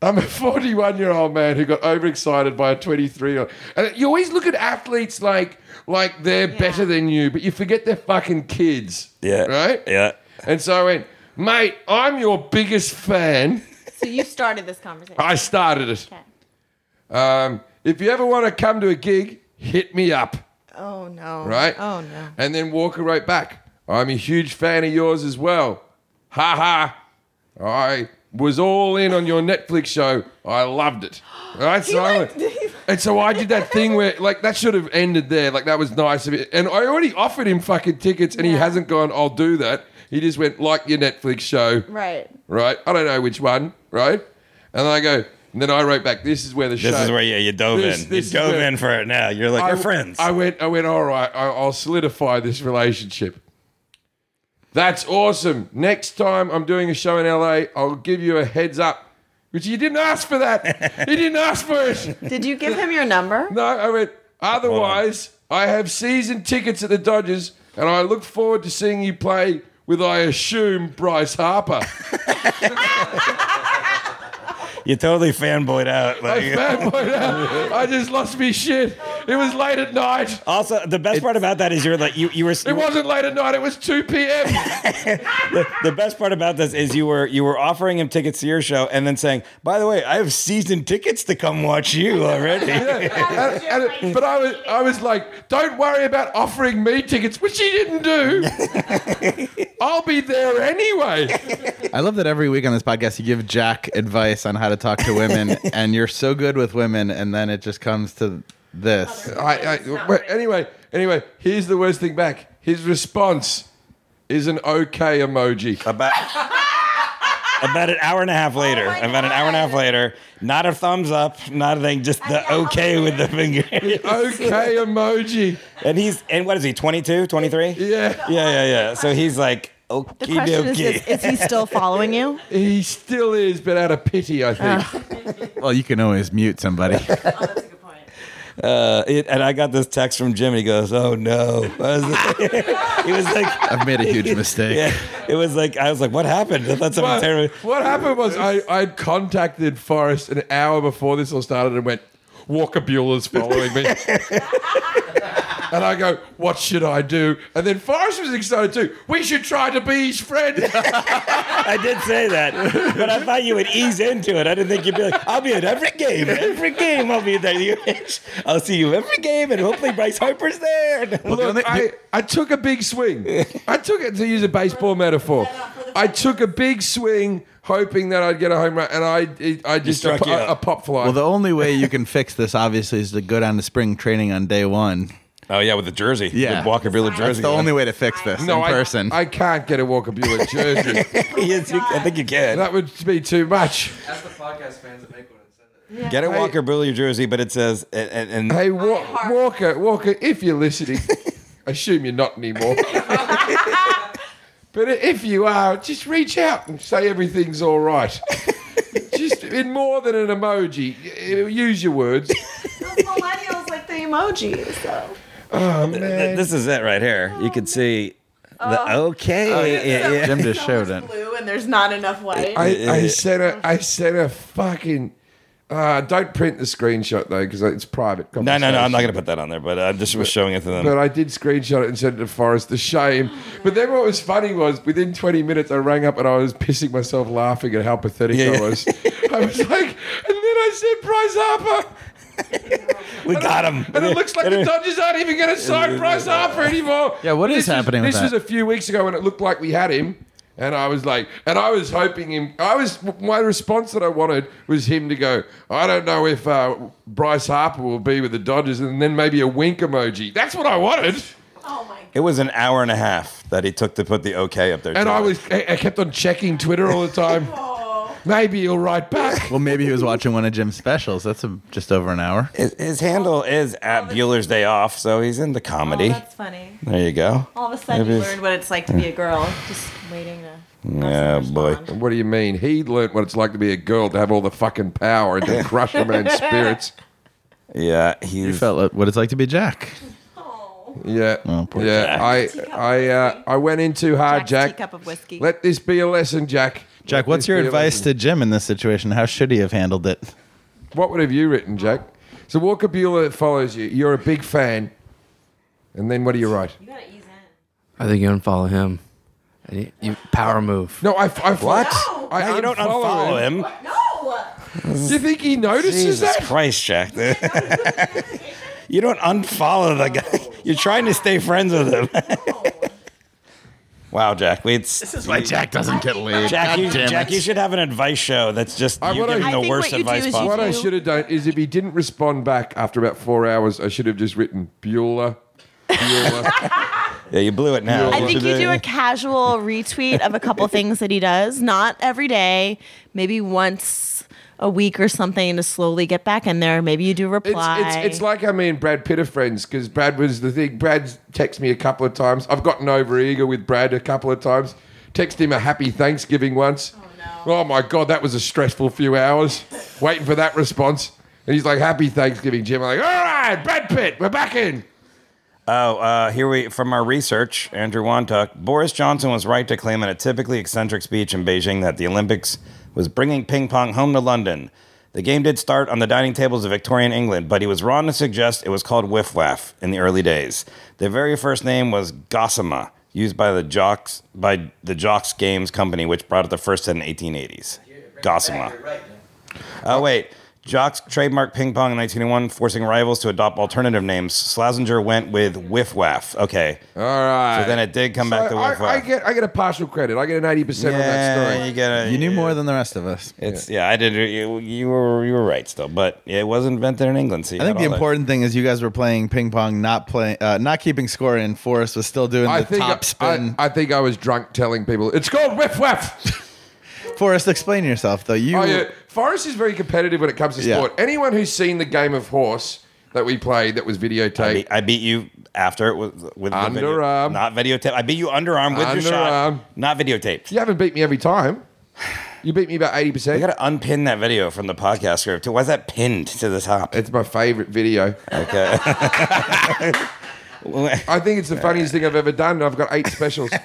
Speaker 2: I'm a 41 year old man who got overexcited by a 23 year old. And you always look at athletes like like they're better than you, but you forget they're fucking kids.
Speaker 4: Yeah.
Speaker 2: Right?
Speaker 4: Yeah.
Speaker 2: And so I went, mate, I'm your biggest fan.
Speaker 5: so you started this conversation.
Speaker 2: I started it. Um, if you ever want to come to a gig, hit me up.
Speaker 5: Oh no!
Speaker 2: Right?
Speaker 5: Oh no!
Speaker 2: And then Walker wrote back, I'm a huge fan of yours as well. Ha ha. I was all in on your Netflix show. I loved it. Right? So I
Speaker 5: liked
Speaker 2: went-
Speaker 5: it.
Speaker 2: and so I did that thing where, like, that should have ended there. Like, that was nice of it. And I already offered him fucking tickets, and he
Speaker 5: Yeah.
Speaker 2: hasn't gone, I'll do that. He just went, like your Netflix show
Speaker 5: Right.
Speaker 2: right? I don't know which one, right? And I go, and then I wrote back, this is where the show.
Speaker 4: This is where yeah, you dove
Speaker 2: This-
Speaker 4: in.
Speaker 2: this is
Speaker 4: you dove
Speaker 2: where-
Speaker 4: in for it now. You're like,
Speaker 2: I,
Speaker 4: we're friends.
Speaker 2: I went, I went, all right, I, I'll solidify this relationship. That's awesome. Next time I'm doing a show in LA, I'll give you a heads up. Which you didn't ask for that. you didn't ask for it.
Speaker 5: Did you give him your number?
Speaker 2: No, I went, otherwise, I have season tickets at the Dodgers and I look forward to seeing you play with, I assume, Bryce Harper.
Speaker 4: you totally fanboyed out.
Speaker 2: I
Speaker 4: Like,
Speaker 2: fanboyed out. I just lost me shit. It was late at night.
Speaker 4: also, the best part about that is you're like you you were.
Speaker 2: It wasn't late at night. It was 2 p.m.
Speaker 4: the best part about this is you were you were offering him tickets to your show and then saying, by the way, I have season tickets to come watch you already.
Speaker 2: And- and it- but I was, I was like, don't worry about offering me tickets, which he didn't do. I'll be there anyway.
Speaker 3: I love that every week on this podcast you give Jack advice on how to talk to women, and you're so good with women, and then it just comes to this.
Speaker 2: I, I, but anyway, anyway, here's the worst thing back. His response is an okay emoji.
Speaker 4: about about an hour and a half later.
Speaker 5: Oh my
Speaker 4: about an hour and a half
Speaker 5: God.
Speaker 4: later. Not a thumbs up. Not a thing. Just the okay with the finger.
Speaker 2: Okay emoji.
Speaker 4: And he's and what is he? 22, 23? Yeah,
Speaker 2: Yeah.
Speaker 4: yeah, yeah. So he's like
Speaker 5: The
Speaker 4: okie
Speaker 5: question is,
Speaker 4: dokie.
Speaker 5: is: Is he still following you?
Speaker 2: He still is, but out of pity, I think.
Speaker 3: Well, you can always mute somebody.
Speaker 4: Uh, it, and I got this text from Jim. and He goes, "Oh no!" I was like- he was like,
Speaker 3: I've made a huge mistake.
Speaker 4: yeah, "It was like I was like, what happened?" I thought something
Speaker 2: Well,
Speaker 4: terrible.
Speaker 2: what happened was I, I contacted Forrest an hour before this all started and went, Walker Bueller's following me. and I go, what should I do? And then Forrest was excited too. We should try to be his friend.
Speaker 4: I did say that, but I thought you would ease into it. I didn't think you'd be like, "I'll be at every game, every game. I'll be there. You- I'll see you every game, and hopefully Bryce Harper's there."
Speaker 2: Look, I, I took a big swing. I took it to use a baseball metaphor. I took a big swing hoping that I'd get a home run and I I just
Speaker 4: struck
Speaker 2: a,
Speaker 4: you out.
Speaker 2: a, pop fly.
Speaker 3: Well, the only way you can fix this, obviously, is to go down to spring training on day one.
Speaker 4: Oh yeah, with the jersey,
Speaker 3: Yeah.
Speaker 4: the Walker Bueller
Speaker 3: That's
Speaker 4: jersey.
Speaker 3: the only way to fix this in
Speaker 2: I,
Speaker 3: person.
Speaker 2: I can't get a Walker Bueller jersey.
Speaker 4: Yes, you- I think you can
Speaker 2: that would be too much.
Speaker 6: Ask the podcast fans that make one and send it.
Speaker 4: get a Walker Bueller jersey, but it says and, and, and
Speaker 2: Hey, Wa- Walker, Walker, if you're listening, I assume you're not anymore. but if you are, just reach out and say everything's all right. just in more than an emoji, y- use your words.
Speaker 5: Those millennials like the emojis. So.
Speaker 4: Th- this is it right here. You can see the okay.
Speaker 2: Oh,
Speaker 4: yeah, yeah.
Speaker 3: Jim just showed it.
Speaker 5: Blue and there's not enough white.
Speaker 2: I, I sent a, I sent a fucking. Uh, don't print the screenshot though, because it's private.
Speaker 4: No, no, no. I'm not
Speaker 2: conversation.
Speaker 4: going to put that on there, but I just was showing it to them.
Speaker 2: But I did screenshot it and send it to Forrest. The shame. But then what was funny was within 20 minutes, I rang up and I was pissing myself laughing at how pathetic
Speaker 4: Yeah,
Speaker 2: I
Speaker 4: yeah.
Speaker 2: was. I was like, and then I said, Bryce Harper.
Speaker 4: we got him.
Speaker 2: And it looks like the Dodgers aren't even going to sign Bryce Harper anymore.
Speaker 3: Yeah, what
Speaker 2: This
Speaker 3: is happening with
Speaker 2: This
Speaker 3: that?
Speaker 2: was a few weeks ago when it looked like we had him. And I was like, and I was hoping him. I was my response that I wanted was him to go. I don't know if uh, Bryce Harper will be with the Dodgers, and then maybe a wink emoji. That's what I wanted.
Speaker 5: Oh
Speaker 4: It was an hour and a half that he took to put the okay up there.
Speaker 2: And I
Speaker 4: Charlie.
Speaker 2: was, I I kept on checking Twitter all the time. maybe he'll write back.
Speaker 3: Well, maybe he was watching one of Jim's specials. That's a, just over an hour.
Speaker 4: His, his handle is at Bueller's Day Off, so he's into comedy.
Speaker 5: Oh, that's Oh. funny.
Speaker 4: there you go.
Speaker 5: All of a sudden, you
Speaker 4: Maybe-
Speaker 5: learned what it's like to be a girl. Just waiting to.
Speaker 4: Yeah, boy.
Speaker 2: What do you mean? He learnt what it's like to be a girl to have all the fucking power and to crush a man's spirits.
Speaker 4: Yeah,
Speaker 3: You
Speaker 4: he's
Speaker 3: felt like what it's like to be Jack.
Speaker 2: Yeah,
Speaker 3: Oh, poor
Speaker 2: yeah.
Speaker 4: Jack.
Speaker 2: I, I, uh, I went in too hard,
Speaker 5: Jack's
Speaker 2: Jack.
Speaker 5: teacup of whiskey.
Speaker 2: Let this be a lesson, Jack.
Speaker 3: Jack,
Speaker 2: Let
Speaker 3: what's
Speaker 2: this
Speaker 3: your
Speaker 2: be a
Speaker 3: advice
Speaker 2: lesson.
Speaker 3: to Jim in this situation? How should he have handled it?
Speaker 2: What would have you written, Jack? So Walker Bueller follows you. You're a big fan. And then what do you write?
Speaker 5: You gotta ease in.
Speaker 6: I think you unfollow him. And you, you power move.
Speaker 2: No, I, f- I f-
Speaker 4: what?
Speaker 2: I
Speaker 4: No, you don't
Speaker 2: unfollow
Speaker 4: unfollow him.
Speaker 5: No.
Speaker 2: Do you think he notices
Speaker 4: Jesus
Speaker 2: that?
Speaker 4: Christ, Jack. you don't unfollow the guy. You're trying to stay friends with him. wow, Jack. We, it's, this is why Jack doesn't get laid. Jack, you, Jack you should have an advice show that's just
Speaker 2: I
Speaker 4: you
Speaker 2: wanna-
Speaker 4: giving
Speaker 2: I
Speaker 4: the
Speaker 5: think
Speaker 4: worst
Speaker 5: what you do
Speaker 4: advice
Speaker 5: is you
Speaker 2: What
Speaker 4: possible.
Speaker 2: I should have done is if he didn't respond back after about four hours, I should have just written Bueller. Bueller.
Speaker 4: Yeah, you blew it now.
Speaker 2: I
Speaker 5: I think you do a casual retweet of a couple things that he does, not every day, maybe once a week or something to slowly get back in there. Maybe you do
Speaker 2: it's,
Speaker 5: reply.
Speaker 2: it's, it's like how me and Brad Pitt are friends because Brad was the thing. Brad's texted me a couple of times. I've gotten over eager with Brad a couple of times. Text him a happy Thanksgiving once. Oh,
Speaker 5: no.
Speaker 2: my God, that was a stressful few hours waiting for that response. And he's like, Happy Thanksgiving, Jim. I'm like, All right, Brad Pitt, we're back in.
Speaker 4: Oh, uh, here we from our research, Andrew Wantuck. Boris Johnson was right to claim in a typically eccentric speech in Beijing that the Olympics was bringing ping pong home to London. The game did start on the dining tables of Victorian England, but he was wrong to suggest it was called Whiff Waff in the early days. The very first name was Gossamer, used by the Jocks by the Jocks Games Company, which brought it the first in the 1880s. Gossamer. Oh, wait. Jocks trademarked ping pong in 1901, forcing rivals to adopt alternative names. Slazenger went with Whiff Waff. Okay.
Speaker 2: All right.
Speaker 4: But then it did come back to Whiff
Speaker 2: I, I,
Speaker 4: Waff.
Speaker 2: get, I get a partial credit. I get an 80% on that story.
Speaker 4: Yeah, you get a,
Speaker 3: You knew more than the rest of us.
Speaker 4: It's yeah, I did. You, you were you were right still, but it was invented in England. So you
Speaker 3: I think
Speaker 4: got
Speaker 3: the
Speaker 4: all that.
Speaker 3: important thing is you guys were playing ping pong, not playing, uh, not keeping score, and Forrest was still doing
Speaker 2: I
Speaker 3: the
Speaker 2: think
Speaker 3: top spin.
Speaker 2: I, I think I was drunk telling people it's called whiff whiff.
Speaker 3: Forrest, explain yourself though. You
Speaker 2: oh yeah, Forrest is very competitive when it comes to
Speaker 3: Yeah.
Speaker 2: sport. Anyone who's seen the game of horse that we played that was
Speaker 4: I
Speaker 2: videotaped.
Speaker 4: beat, I beat you after it was with the video-
Speaker 2: Underarm.
Speaker 4: not videotape. I beat you underarm with your
Speaker 2: Underarm.
Speaker 4: shot, not videotaped.
Speaker 2: you haven't beat me every time. You beat me about eighty
Speaker 4: I
Speaker 2: percent.
Speaker 4: gotta unpin that video from the podcast script. Why is that pinned to the top?
Speaker 2: It's my favorite video.
Speaker 4: Okay.
Speaker 2: I think it's the funniest thing I've ever done. and I've got eight specials.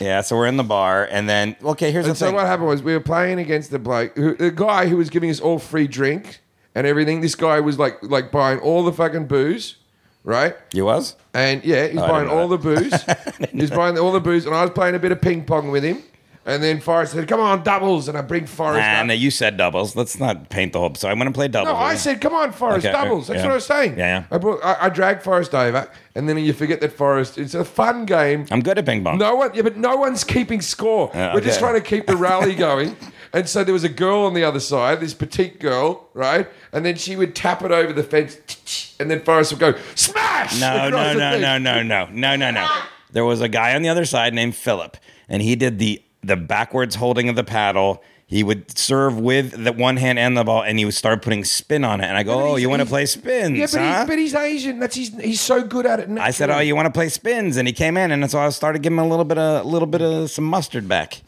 Speaker 4: Yeah, so we're in the bar, and then okay, here's
Speaker 2: and
Speaker 4: the
Speaker 2: so
Speaker 4: thing.
Speaker 2: what happened was we were playing against the bloke, who, the guy who was giving us all free drink and everything. This guy was like like buying all the fucking booze, right?
Speaker 4: you was?
Speaker 2: And yeah, he's
Speaker 4: I
Speaker 2: buying
Speaker 4: didn't know
Speaker 2: all the booze. he's buying all the booze, and I was playing a bit of ping pong with him. And then Forrest said, "Come on, doubles!" And I bring Forrest.
Speaker 4: Nah,
Speaker 2: up.
Speaker 4: no, you said doubles. Let's not paint the whole. So I went and played doubles.
Speaker 2: no, I
Speaker 4: right?
Speaker 2: said, "Come on, Forrest,
Speaker 4: Okay,
Speaker 2: doubles." That's
Speaker 4: yeah.
Speaker 2: what I was saying.
Speaker 4: Yeah, yeah.
Speaker 2: I, brought, I, I dragged Forrest over, and then you forget that Forrest. It's a fun game.
Speaker 4: I'm good at ping pong.
Speaker 2: No one, yeah, but no one's keeping score.
Speaker 4: Yeah,
Speaker 2: We're just
Speaker 4: okay.
Speaker 2: trying to keep the rally going. And so there was a girl on the other side, this petite girl, right? And then she would tap it over the fence, and then Forrest would go smash.
Speaker 4: no,
Speaker 2: across
Speaker 4: no,
Speaker 2: the
Speaker 4: no,
Speaker 2: thing.
Speaker 4: no, no, no, no, no, no. There was a guy on the other side named Philip, and he did the the backwards holding of the paddle. He would serve with the one hand and the ball, and he would start putting spin on it. And I go,
Speaker 2: but
Speaker 4: "Oh,
Speaker 2: he's-
Speaker 4: you want to
Speaker 2: he's-
Speaker 4: play spins?"
Speaker 2: Yeah, but,
Speaker 4: huh?"
Speaker 2: he's, but he's Asian. That's he's, he's so good at it.
Speaker 4: I said, "Oh,
Speaker 2: naturally.
Speaker 4: you want to play spins?" And he came in, and so I started giving him a little bit of a little bit of some mustard back.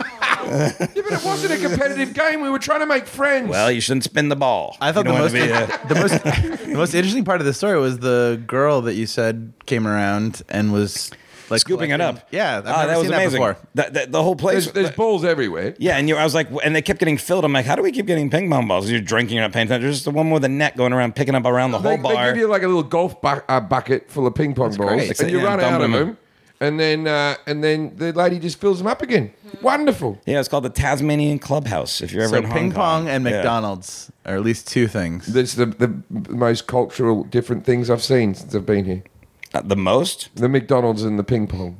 Speaker 2: yeah, but it wasn't a competitive game. We were trying to make friends.
Speaker 4: Well, you shouldn't spin the ball.
Speaker 3: I thought
Speaker 4: You
Speaker 3: the
Speaker 4: don't
Speaker 3: most,
Speaker 4: want to be uh, a-
Speaker 3: the most the most interesting part of the story was the girl that you said came around and was like
Speaker 4: scooping it
Speaker 3: collecting-
Speaker 4: up.
Speaker 3: Yeah, I've
Speaker 4: Ah,
Speaker 3: never
Speaker 4: that was
Speaker 3: seen
Speaker 4: amazing.
Speaker 3: That before.
Speaker 4: The, the, the whole place.
Speaker 2: there's, there's balls everywhere.
Speaker 4: yeah, and you, I was like, and they kept getting filled. I'm like, how do we keep getting ping pong balls? You're drinking, you're not paying attention. There's just the one with a net going around, picking up around the
Speaker 2: They,
Speaker 4: whole
Speaker 2: they
Speaker 4: bar.
Speaker 2: give you like a little golf bu- uh, bucket full of ping pong balls,
Speaker 4: great.
Speaker 2: and you
Speaker 4: Yeah,
Speaker 2: run
Speaker 4: dump
Speaker 2: out of
Speaker 4: them in.
Speaker 2: them, and then uh, and then the lady just fills them up again.
Speaker 4: Mm-hmm.
Speaker 2: Wonderful.
Speaker 4: yeah, it's called the Tasmanian Clubhouse. If you're ever
Speaker 3: So
Speaker 4: in Hong
Speaker 3: ping
Speaker 4: Kong.
Speaker 3: pong and
Speaker 4: Yeah.
Speaker 3: McDonald's are at least two things.
Speaker 2: That's the the most cultural different things I've seen since I've been here.
Speaker 4: Uh, the most.
Speaker 2: The McDonald's and the ping pong.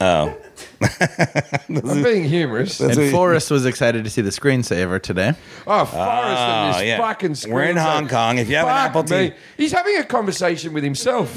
Speaker 4: Oh,
Speaker 2: I'm being humorous.
Speaker 3: And
Speaker 2: oh,
Speaker 7: So-
Speaker 3: Forrest was excited to see the screensaver today.
Speaker 2: Forrest
Speaker 4: Oh,
Speaker 2: and his
Speaker 4: yeah.
Speaker 2: fucking
Speaker 4: We're in
Speaker 2: screensaver.
Speaker 4: Hong Kong. If you have an
Speaker 2: Fuck
Speaker 4: Apple
Speaker 2: me.
Speaker 4: TV
Speaker 2: He's having a conversation with himself.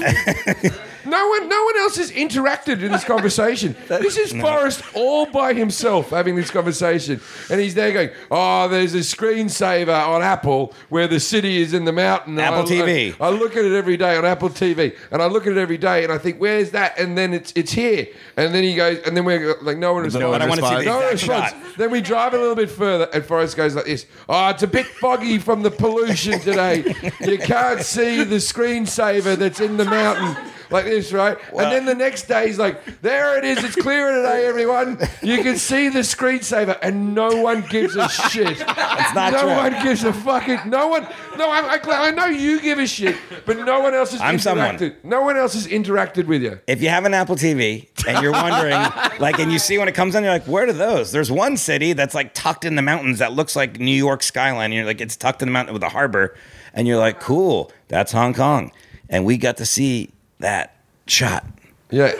Speaker 2: no one no one else has interacted in this conversation. this is Forrest all by himself having this conversation. And he's there going, Oh, there's a screensaver on Apple where the city is in the mountain.
Speaker 4: Apple
Speaker 2: And I-
Speaker 4: TV.
Speaker 2: I look at it every day on Apple TV, and I look at it every day, and I think, "Where's that?" And then it's it's here, and then he goes, and then we're like, "No one responds."
Speaker 4: one I wanna see the
Speaker 2: no one
Speaker 4: exact
Speaker 2: responds. Then we drive a little bit further, and Forrest goes like this: "Oh, it's a bit foggy from the pollution today. you can't see the screensaver that's in the mountain." Like this, right? and then the next day, he's like, "There it is. It's clear today, everyone. You can see the screensaver, and no one gives a shit. That's
Speaker 4: not
Speaker 2: no
Speaker 4: true.
Speaker 2: one gives a fucking. No one. No, I, I, I know you give a shit, but no one else has
Speaker 4: I'm
Speaker 2: interacted.
Speaker 4: someone.
Speaker 2: No one else has interacted with you.
Speaker 4: if you have an Apple TV and you're wondering, like, and you see when it comes on, you're like, where are those? There's one city that's like tucked in the mountains that looks like New York skyline. And you're like, it's tucked in the mountain with a harbor. And you're like, cool, that's Hong Kong. And we got to see that shot.
Speaker 2: Yeah.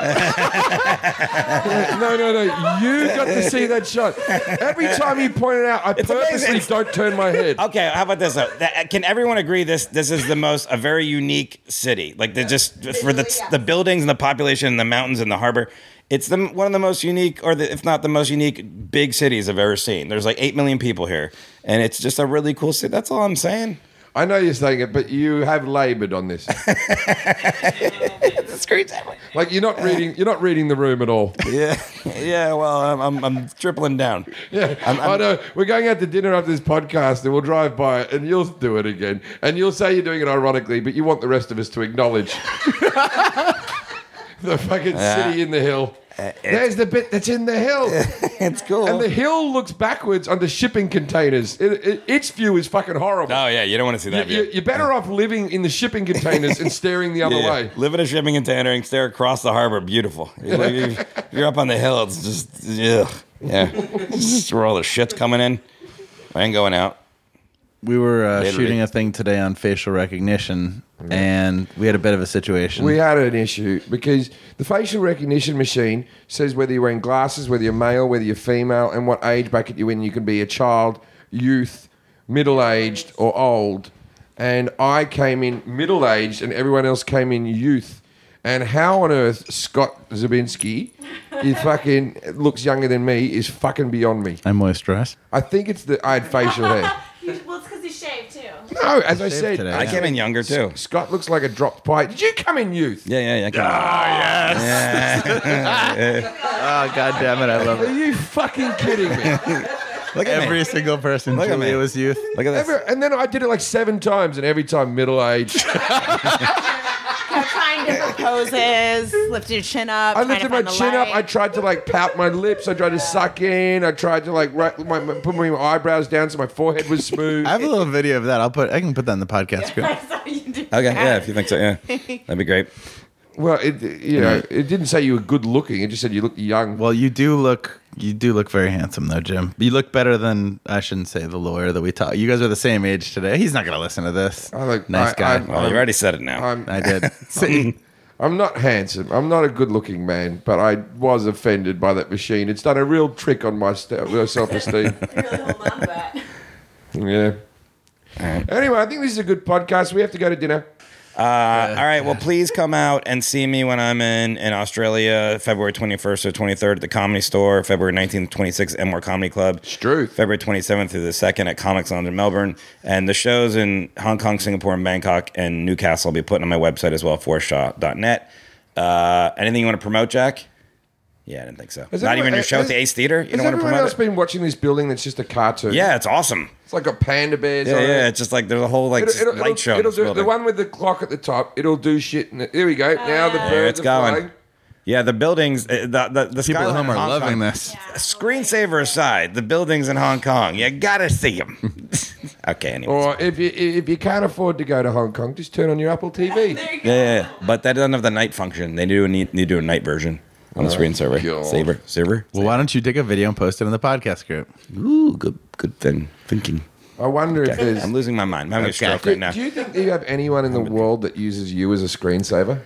Speaker 2: Yeah, no, no, no. You got to see that shot. Every time you point it out, I purposely
Speaker 4: amazing.
Speaker 2: don't turn my head.
Speaker 4: Okay, how about this though? That, can everyone agree this this is the most a very unique city? Like the just for the the buildings and the population and the mountains and the harbor. It's the one of the most unique, or the, if not the most unique, big cities I've ever seen. There's like eight million people here, and it's just a really cool city. That's all I'm saying.
Speaker 2: I know you're saying it, but you have laboured on this.
Speaker 4: That's great.
Speaker 2: Like you're not reading. You're not reading the room at all.
Speaker 4: Yeah, yeah. Well, I'm I'm, I'm tripling down.
Speaker 2: Yeah, i
Speaker 4: I'm- I'm-
Speaker 2: know. We're going out to dinner after this podcast, and we'll drive by it, and you'll do it again, and you'll say you're doing it ironically, but you want the rest of us to acknowledge the fucking city in the hill.
Speaker 4: Uh,
Speaker 2: There's the bit that's in the hill,
Speaker 4: It's cool.
Speaker 2: and the hill looks backwards under shipping containers. It, it, its view is fucking horrible.
Speaker 4: oh yeah, you don't want to see that
Speaker 2: you,
Speaker 4: view.
Speaker 2: are better off living in the shipping containers and staring the other
Speaker 4: Yeah, yeah.
Speaker 2: way.
Speaker 4: Live in a shipping container and stare across the harbor. Beautiful. If you're up on the hill, it's just, ugh. yeah. It's just where all the shit's coming in. I ain't going out.
Speaker 3: We were uh,
Speaker 4: Literally.
Speaker 3: shooting a thing today on facial recognition, and we had a bit of a situation.
Speaker 2: We had an issue because the facial recognition machine says whether you're wearing glasses, whether you're male, whether you're female, and what age bracket you're in. You can be a child, youth, middle aged, or old. And I came in middle aged, and everyone else came in youth. And how on earth Scott Zabinski, he fucking looks younger than me, is fucking beyond me.
Speaker 3: I moisturized.
Speaker 2: I think it's that I had facial hair.
Speaker 8: well, it's because he's shaved too.
Speaker 2: No, as I said,
Speaker 3: today,
Speaker 4: I came in younger too.
Speaker 2: Scott looks like a dropped pie. Did you come in youth?
Speaker 4: Yeah, yeah, yeah. I came in.
Speaker 3: Oh god damn it! I love
Speaker 2: Are
Speaker 3: it.
Speaker 2: you fucking kidding me?
Speaker 4: Look at
Speaker 3: Every
Speaker 4: me.
Speaker 3: single person.
Speaker 4: Look at
Speaker 3: Julia
Speaker 4: me.
Speaker 3: was youth.
Speaker 4: Look at this.
Speaker 2: Every, and then I did it like seven times, and every time middle aged.
Speaker 8: Kept trying different poses, lifted your chin up.
Speaker 2: I
Speaker 8: trying to
Speaker 2: lifted my
Speaker 8: find the
Speaker 2: chin up.
Speaker 8: light.
Speaker 2: I tried to like pout my lips. I tried to suck in. I tried to like right, my, my- put my eyebrows down so my forehead was smooth.
Speaker 3: I have a little video of that. I'll put. I can put that in the podcast. script.
Speaker 8: I saw you do
Speaker 4: Okay,
Speaker 8: that.
Speaker 4: yeah, if you think so, yeah. That'd be great.
Speaker 2: well, it, you know, it didn't say you were good looking. It just said you looked young.
Speaker 3: Well, you do look. You do look very handsome, though, Jim. You look better than I shouldn't say the lawyer that we talked. You guys are the same age today. He's not going to listen to this.
Speaker 2: I look-
Speaker 3: nice
Speaker 2: I-
Speaker 3: guy.
Speaker 2: I'm-
Speaker 4: Well, Oh, you already said it now.
Speaker 2: I'm,
Speaker 3: I did. See,
Speaker 2: I'm not handsome. I'm not a good looking man, but I was offended by that machine. It's done a real trick on my st- self esteem.
Speaker 8: Really hold on to that.
Speaker 2: yeah. Anyway, I think this is a good podcast. We have to go to dinner.
Speaker 4: Uh, all right. Well, please come out and see me when I'm in in Australia, February 21st or 23rd at the Comedy Store, February 19th, 26th, Enmore Comedy Club,
Speaker 2: Truth.
Speaker 4: February 27th through the 2nd at Comics Lounge in Melbourne, and the shows in Hong Kong, Singapore, and Bangkok and Newcastle. I'll be putting on my website as well, foreshaw.net. Uh, anything you want to promote, Jack? Yeah, I didn't think so.
Speaker 2: Has
Speaker 4: Not
Speaker 2: everyone-
Speaker 4: even your show
Speaker 2: has-
Speaker 4: at the Ace Theater. You
Speaker 2: has
Speaker 4: don't want to
Speaker 2: everyone
Speaker 4: promote
Speaker 2: else
Speaker 4: it?
Speaker 2: been watching this building that's just a cartoon?
Speaker 4: yeah, it's awesome.
Speaker 2: It's like got panda bears
Speaker 4: Yeah,
Speaker 2: on
Speaker 4: yeah.
Speaker 2: it.
Speaker 4: It's just like there's a whole like
Speaker 2: It'll, it'll-
Speaker 4: light
Speaker 2: it'll-
Speaker 4: show. in
Speaker 2: it'll
Speaker 4: this
Speaker 2: do- the
Speaker 4: building.
Speaker 2: one with the clock at the top, it'll do shit. In the, here we go. Now the birds
Speaker 4: There it's
Speaker 2: are
Speaker 4: going.
Speaker 2: flying.
Speaker 4: Yeah, the buildings, uh, the the, the
Speaker 3: people at
Speaker 4: skyline
Speaker 3: home
Speaker 4: in
Speaker 3: are
Speaker 4: Hong
Speaker 3: loving
Speaker 4: Kong.
Speaker 3: this.
Speaker 4: Screensaver aside, the buildings in Hong Kong, you gotta see them. okay, anyway.
Speaker 2: Or if you if you can't afford to go to Hong Kong, just turn on your Apple TV.
Speaker 4: Yeah, yeah, yeah. but that doesn't have the night function. They do need, need to do a night version on the screensaver.
Speaker 2: God.
Speaker 4: Saver, saver.
Speaker 3: Well, why don't you take a video and post it in the podcast group?
Speaker 4: Ooh, good, good thing. Thinking.
Speaker 2: I wonder if there's.
Speaker 4: I'm losing my mind. I'm having a stroke
Speaker 2: do,
Speaker 4: right now.
Speaker 2: do you think that you have anyone in the world that uses you as a screensaver?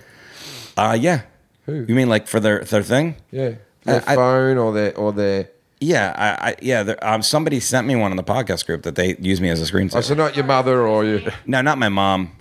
Speaker 4: Uh, yeah. You mean like for their their thing?
Speaker 2: Yeah. Their
Speaker 4: I- I-
Speaker 2: phone or their or their.
Speaker 4: Yeah, I, I yeah. There, um, somebody sent me one on the podcast group that they use me as a screensaver.
Speaker 2: Oh, so not your mother or your.
Speaker 4: no, not my mom.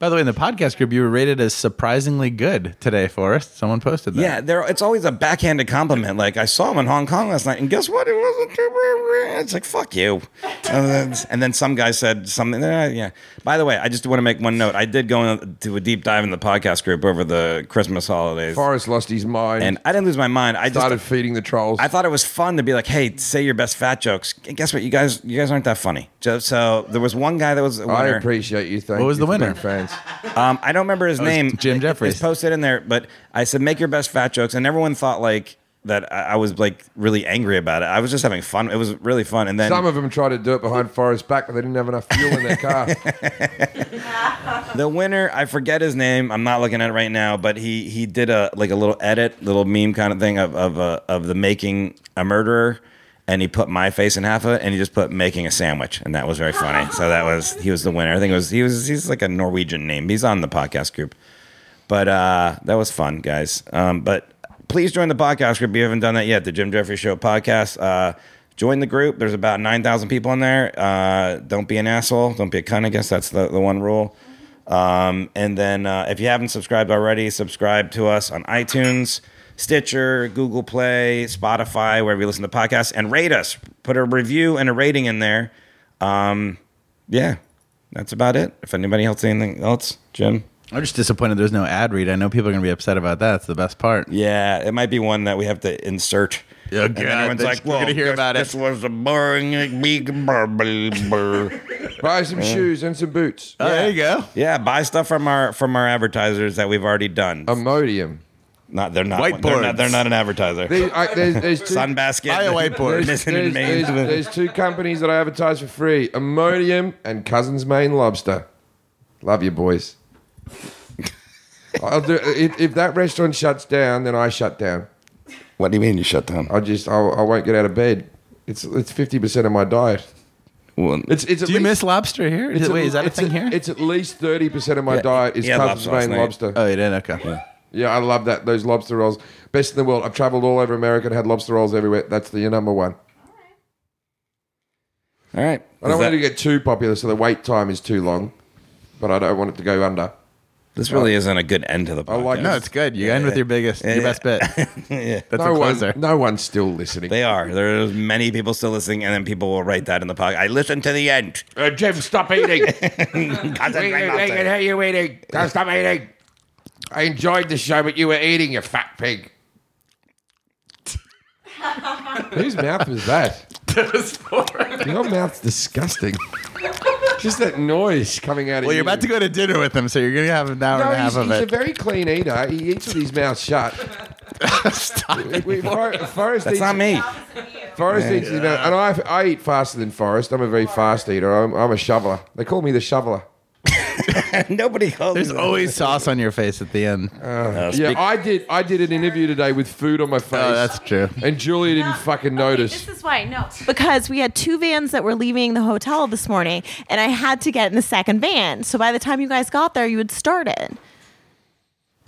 Speaker 3: By the way, in the podcast group, you were rated as surprisingly good today, Forrest. Someone posted that.
Speaker 4: Yeah, there. It's always a backhanded compliment. Like I saw him in Hong Kong last night, and guess what? It wasn't too bad. It's like fuck you. And then, and then some guy said something. eh, yeah. By the way, I just want to make one note. I did go in- to a deep dive in the podcast group over the Christmas holidays,
Speaker 2: Forrest lost his mind.
Speaker 4: and I didn't lose my mind. I just
Speaker 2: started feeding the trolls.
Speaker 4: I thought it was fun to be like, hey, say your best fat jokes. And guess what? You guys, you guys aren't that funny. So, so there was one guy that was a
Speaker 2: I
Speaker 4: winner.
Speaker 2: appreciate you. Thank
Speaker 3: What was
Speaker 2: you
Speaker 3: the
Speaker 2: for
Speaker 3: winner?
Speaker 2: being Fans.
Speaker 4: Um, I don't remember his
Speaker 3: was
Speaker 4: name.
Speaker 3: Jim
Speaker 4: It-
Speaker 3: Jeffries.
Speaker 4: It's posted in there, but I said, make your best fat jokes. And everyone thought like that I I was like really angry about it. I was just having fun. It was really fun. And then
Speaker 2: Some of them tried to do it behind Forrest's back, but they didn't have enough fuel in their car.
Speaker 4: the winner, I forget his name. I'm not looking at it right now, but he he did a like a little edit, little meme kind of thing of of uh, of the making a murderer. And he put my face in half of it, and he just put making a sandwich, and that was very funny. So that was he was the winner. I think it was he was he's like a Norwegian name. He's on the podcast group. But uh, that was fun, guys. Um, but please join the podcast group. If you haven't done that yet, the Jim Jeffrey Show podcast. Uh, join the group. There's about 9,000 people in there. Uh, don't be an asshole. Don't be a cunt, I guess. That's the, the one rule. Um, and then uh, if you haven't subscribed already, subscribe to us on iTunes, Stitcher, Google Play, Spotify, wherever you listen to podcasts, and rate us. Put a review and a rating in there. Um, yeah, that's about it. If anybody else anything else, Jim?
Speaker 3: I'm just disappointed there's no ad read. I know people are going to be upset about that. It's the best part.
Speaker 4: Yeah, it might be one that we have to insert.
Speaker 3: Yeah,
Speaker 4: and
Speaker 3: God,
Speaker 4: everyone's
Speaker 3: they-
Speaker 4: like,
Speaker 3: we're
Speaker 4: "Well,
Speaker 3: gonna hear
Speaker 4: this,
Speaker 3: about it."
Speaker 4: This was a boring big bur- bur- bur.
Speaker 2: Buy some shoes and some boots.
Speaker 4: Uh,
Speaker 3: Oh, there you go.
Speaker 4: yeah, buy stuff from our from our advertisers that we've already done.
Speaker 2: Imodium.
Speaker 4: not they're not they're
Speaker 3: Um, whiteboards.
Speaker 4: not, they're not an advertiser.
Speaker 2: There- I- there's, there's two,
Speaker 4: Sunbasket.
Speaker 3: Buy a whiteboard.
Speaker 4: Missing
Speaker 2: there's,
Speaker 4: in Maine.
Speaker 2: there's- there's two companies that I advertise for free Imodium and Cousins Maine Lobster. Love you, boys. I'll do, if, if that restaurant shuts down, then I shut down.
Speaker 4: What do you mean you shut down?
Speaker 2: I just I, I won't get out of bed. It's it's fifty percent of my diet.
Speaker 4: Well,
Speaker 2: It's it's. at
Speaker 3: Do you
Speaker 2: least-
Speaker 3: miss lobster here?
Speaker 2: it's at-
Speaker 3: Wait, is that a
Speaker 2: it's
Speaker 3: thing
Speaker 2: at-
Speaker 3: here?
Speaker 2: It's at least thirty percent of my diet is
Speaker 4: yeah,
Speaker 2: Cousins
Speaker 4: lobster last
Speaker 2: Maine
Speaker 4: night.
Speaker 2: lobster.
Speaker 3: oh, you did? Okay.
Speaker 2: Yeah, I love that. Those lobster rolls, best in the world. I've traveled all over America and had lobster rolls everywhere. That's the number one.
Speaker 4: all right.
Speaker 2: I don't
Speaker 4: Is
Speaker 2: want
Speaker 4: that-
Speaker 2: it to get too popular, so the wait time is too long. But I don't want it to go under.
Speaker 4: this really isn't a good end to the podcast.
Speaker 2: like
Speaker 3: No, it's good. You end with your biggest, your best bet. That's
Speaker 2: No
Speaker 3: a
Speaker 2: one,
Speaker 3: closer.
Speaker 2: no one's still listening.
Speaker 4: They are. There's many people still listening, and then people will write that in the podcast. I listened to the end.
Speaker 2: Uh, Jim, stop eating.
Speaker 4: Cousin
Speaker 2: Wait,
Speaker 4: Maine
Speaker 2: wait,
Speaker 4: lobster.
Speaker 2: wait, how you eating? Don't stop eating. I enjoyed the show, but you were eating, you fat pig. Whose mouth was that? Your mouth's disgusting. Just that noise coming out of
Speaker 3: Well, you're about to go to dinner with him, so you're going to have an hour
Speaker 2: No,
Speaker 3: and a half
Speaker 2: he's,
Speaker 3: of
Speaker 2: he's a
Speaker 3: it.
Speaker 2: very clean eater. He eats with his mouth shut.
Speaker 3: Stop it.
Speaker 2: We, For- Forrest
Speaker 4: That's
Speaker 2: eats,
Speaker 4: not me.
Speaker 2: Forrest eats his mouth. And I, I eat faster than Forrest. I'm a very fast eater. I'm, I'm a shoveler. They call me the shoveler.
Speaker 4: Nobody calls.
Speaker 3: There's
Speaker 4: me.
Speaker 3: always sauce on your face at the end.
Speaker 2: Yeah,
Speaker 4: Uh, speak-
Speaker 2: I did. I did an interview today with food on my face.
Speaker 3: oh, that's true.
Speaker 2: And Julia didn't fucking notice.
Speaker 8: This is why. No.
Speaker 5: because we had two vans that were leaving the hotel this morning and I had to get in the second van. So by the time you guys got there, you had started.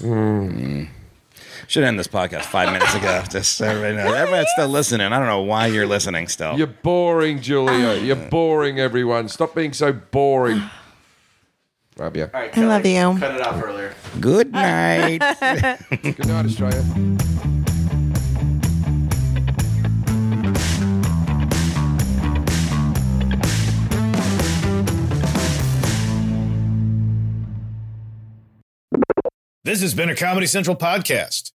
Speaker 4: Should end this podcast five minutes ago. Just so everybody knows. Everybody's still listening. I don't know why you're listening still.
Speaker 2: You're boring, Julia.
Speaker 3: Ah.
Speaker 2: You're boring, everyone. Stop being so boring. Love you.
Speaker 5: I love you.
Speaker 3: it off earlier.
Speaker 4: Good night.
Speaker 2: Good night, Australia.
Speaker 1: This has been a Comedy Central podcast.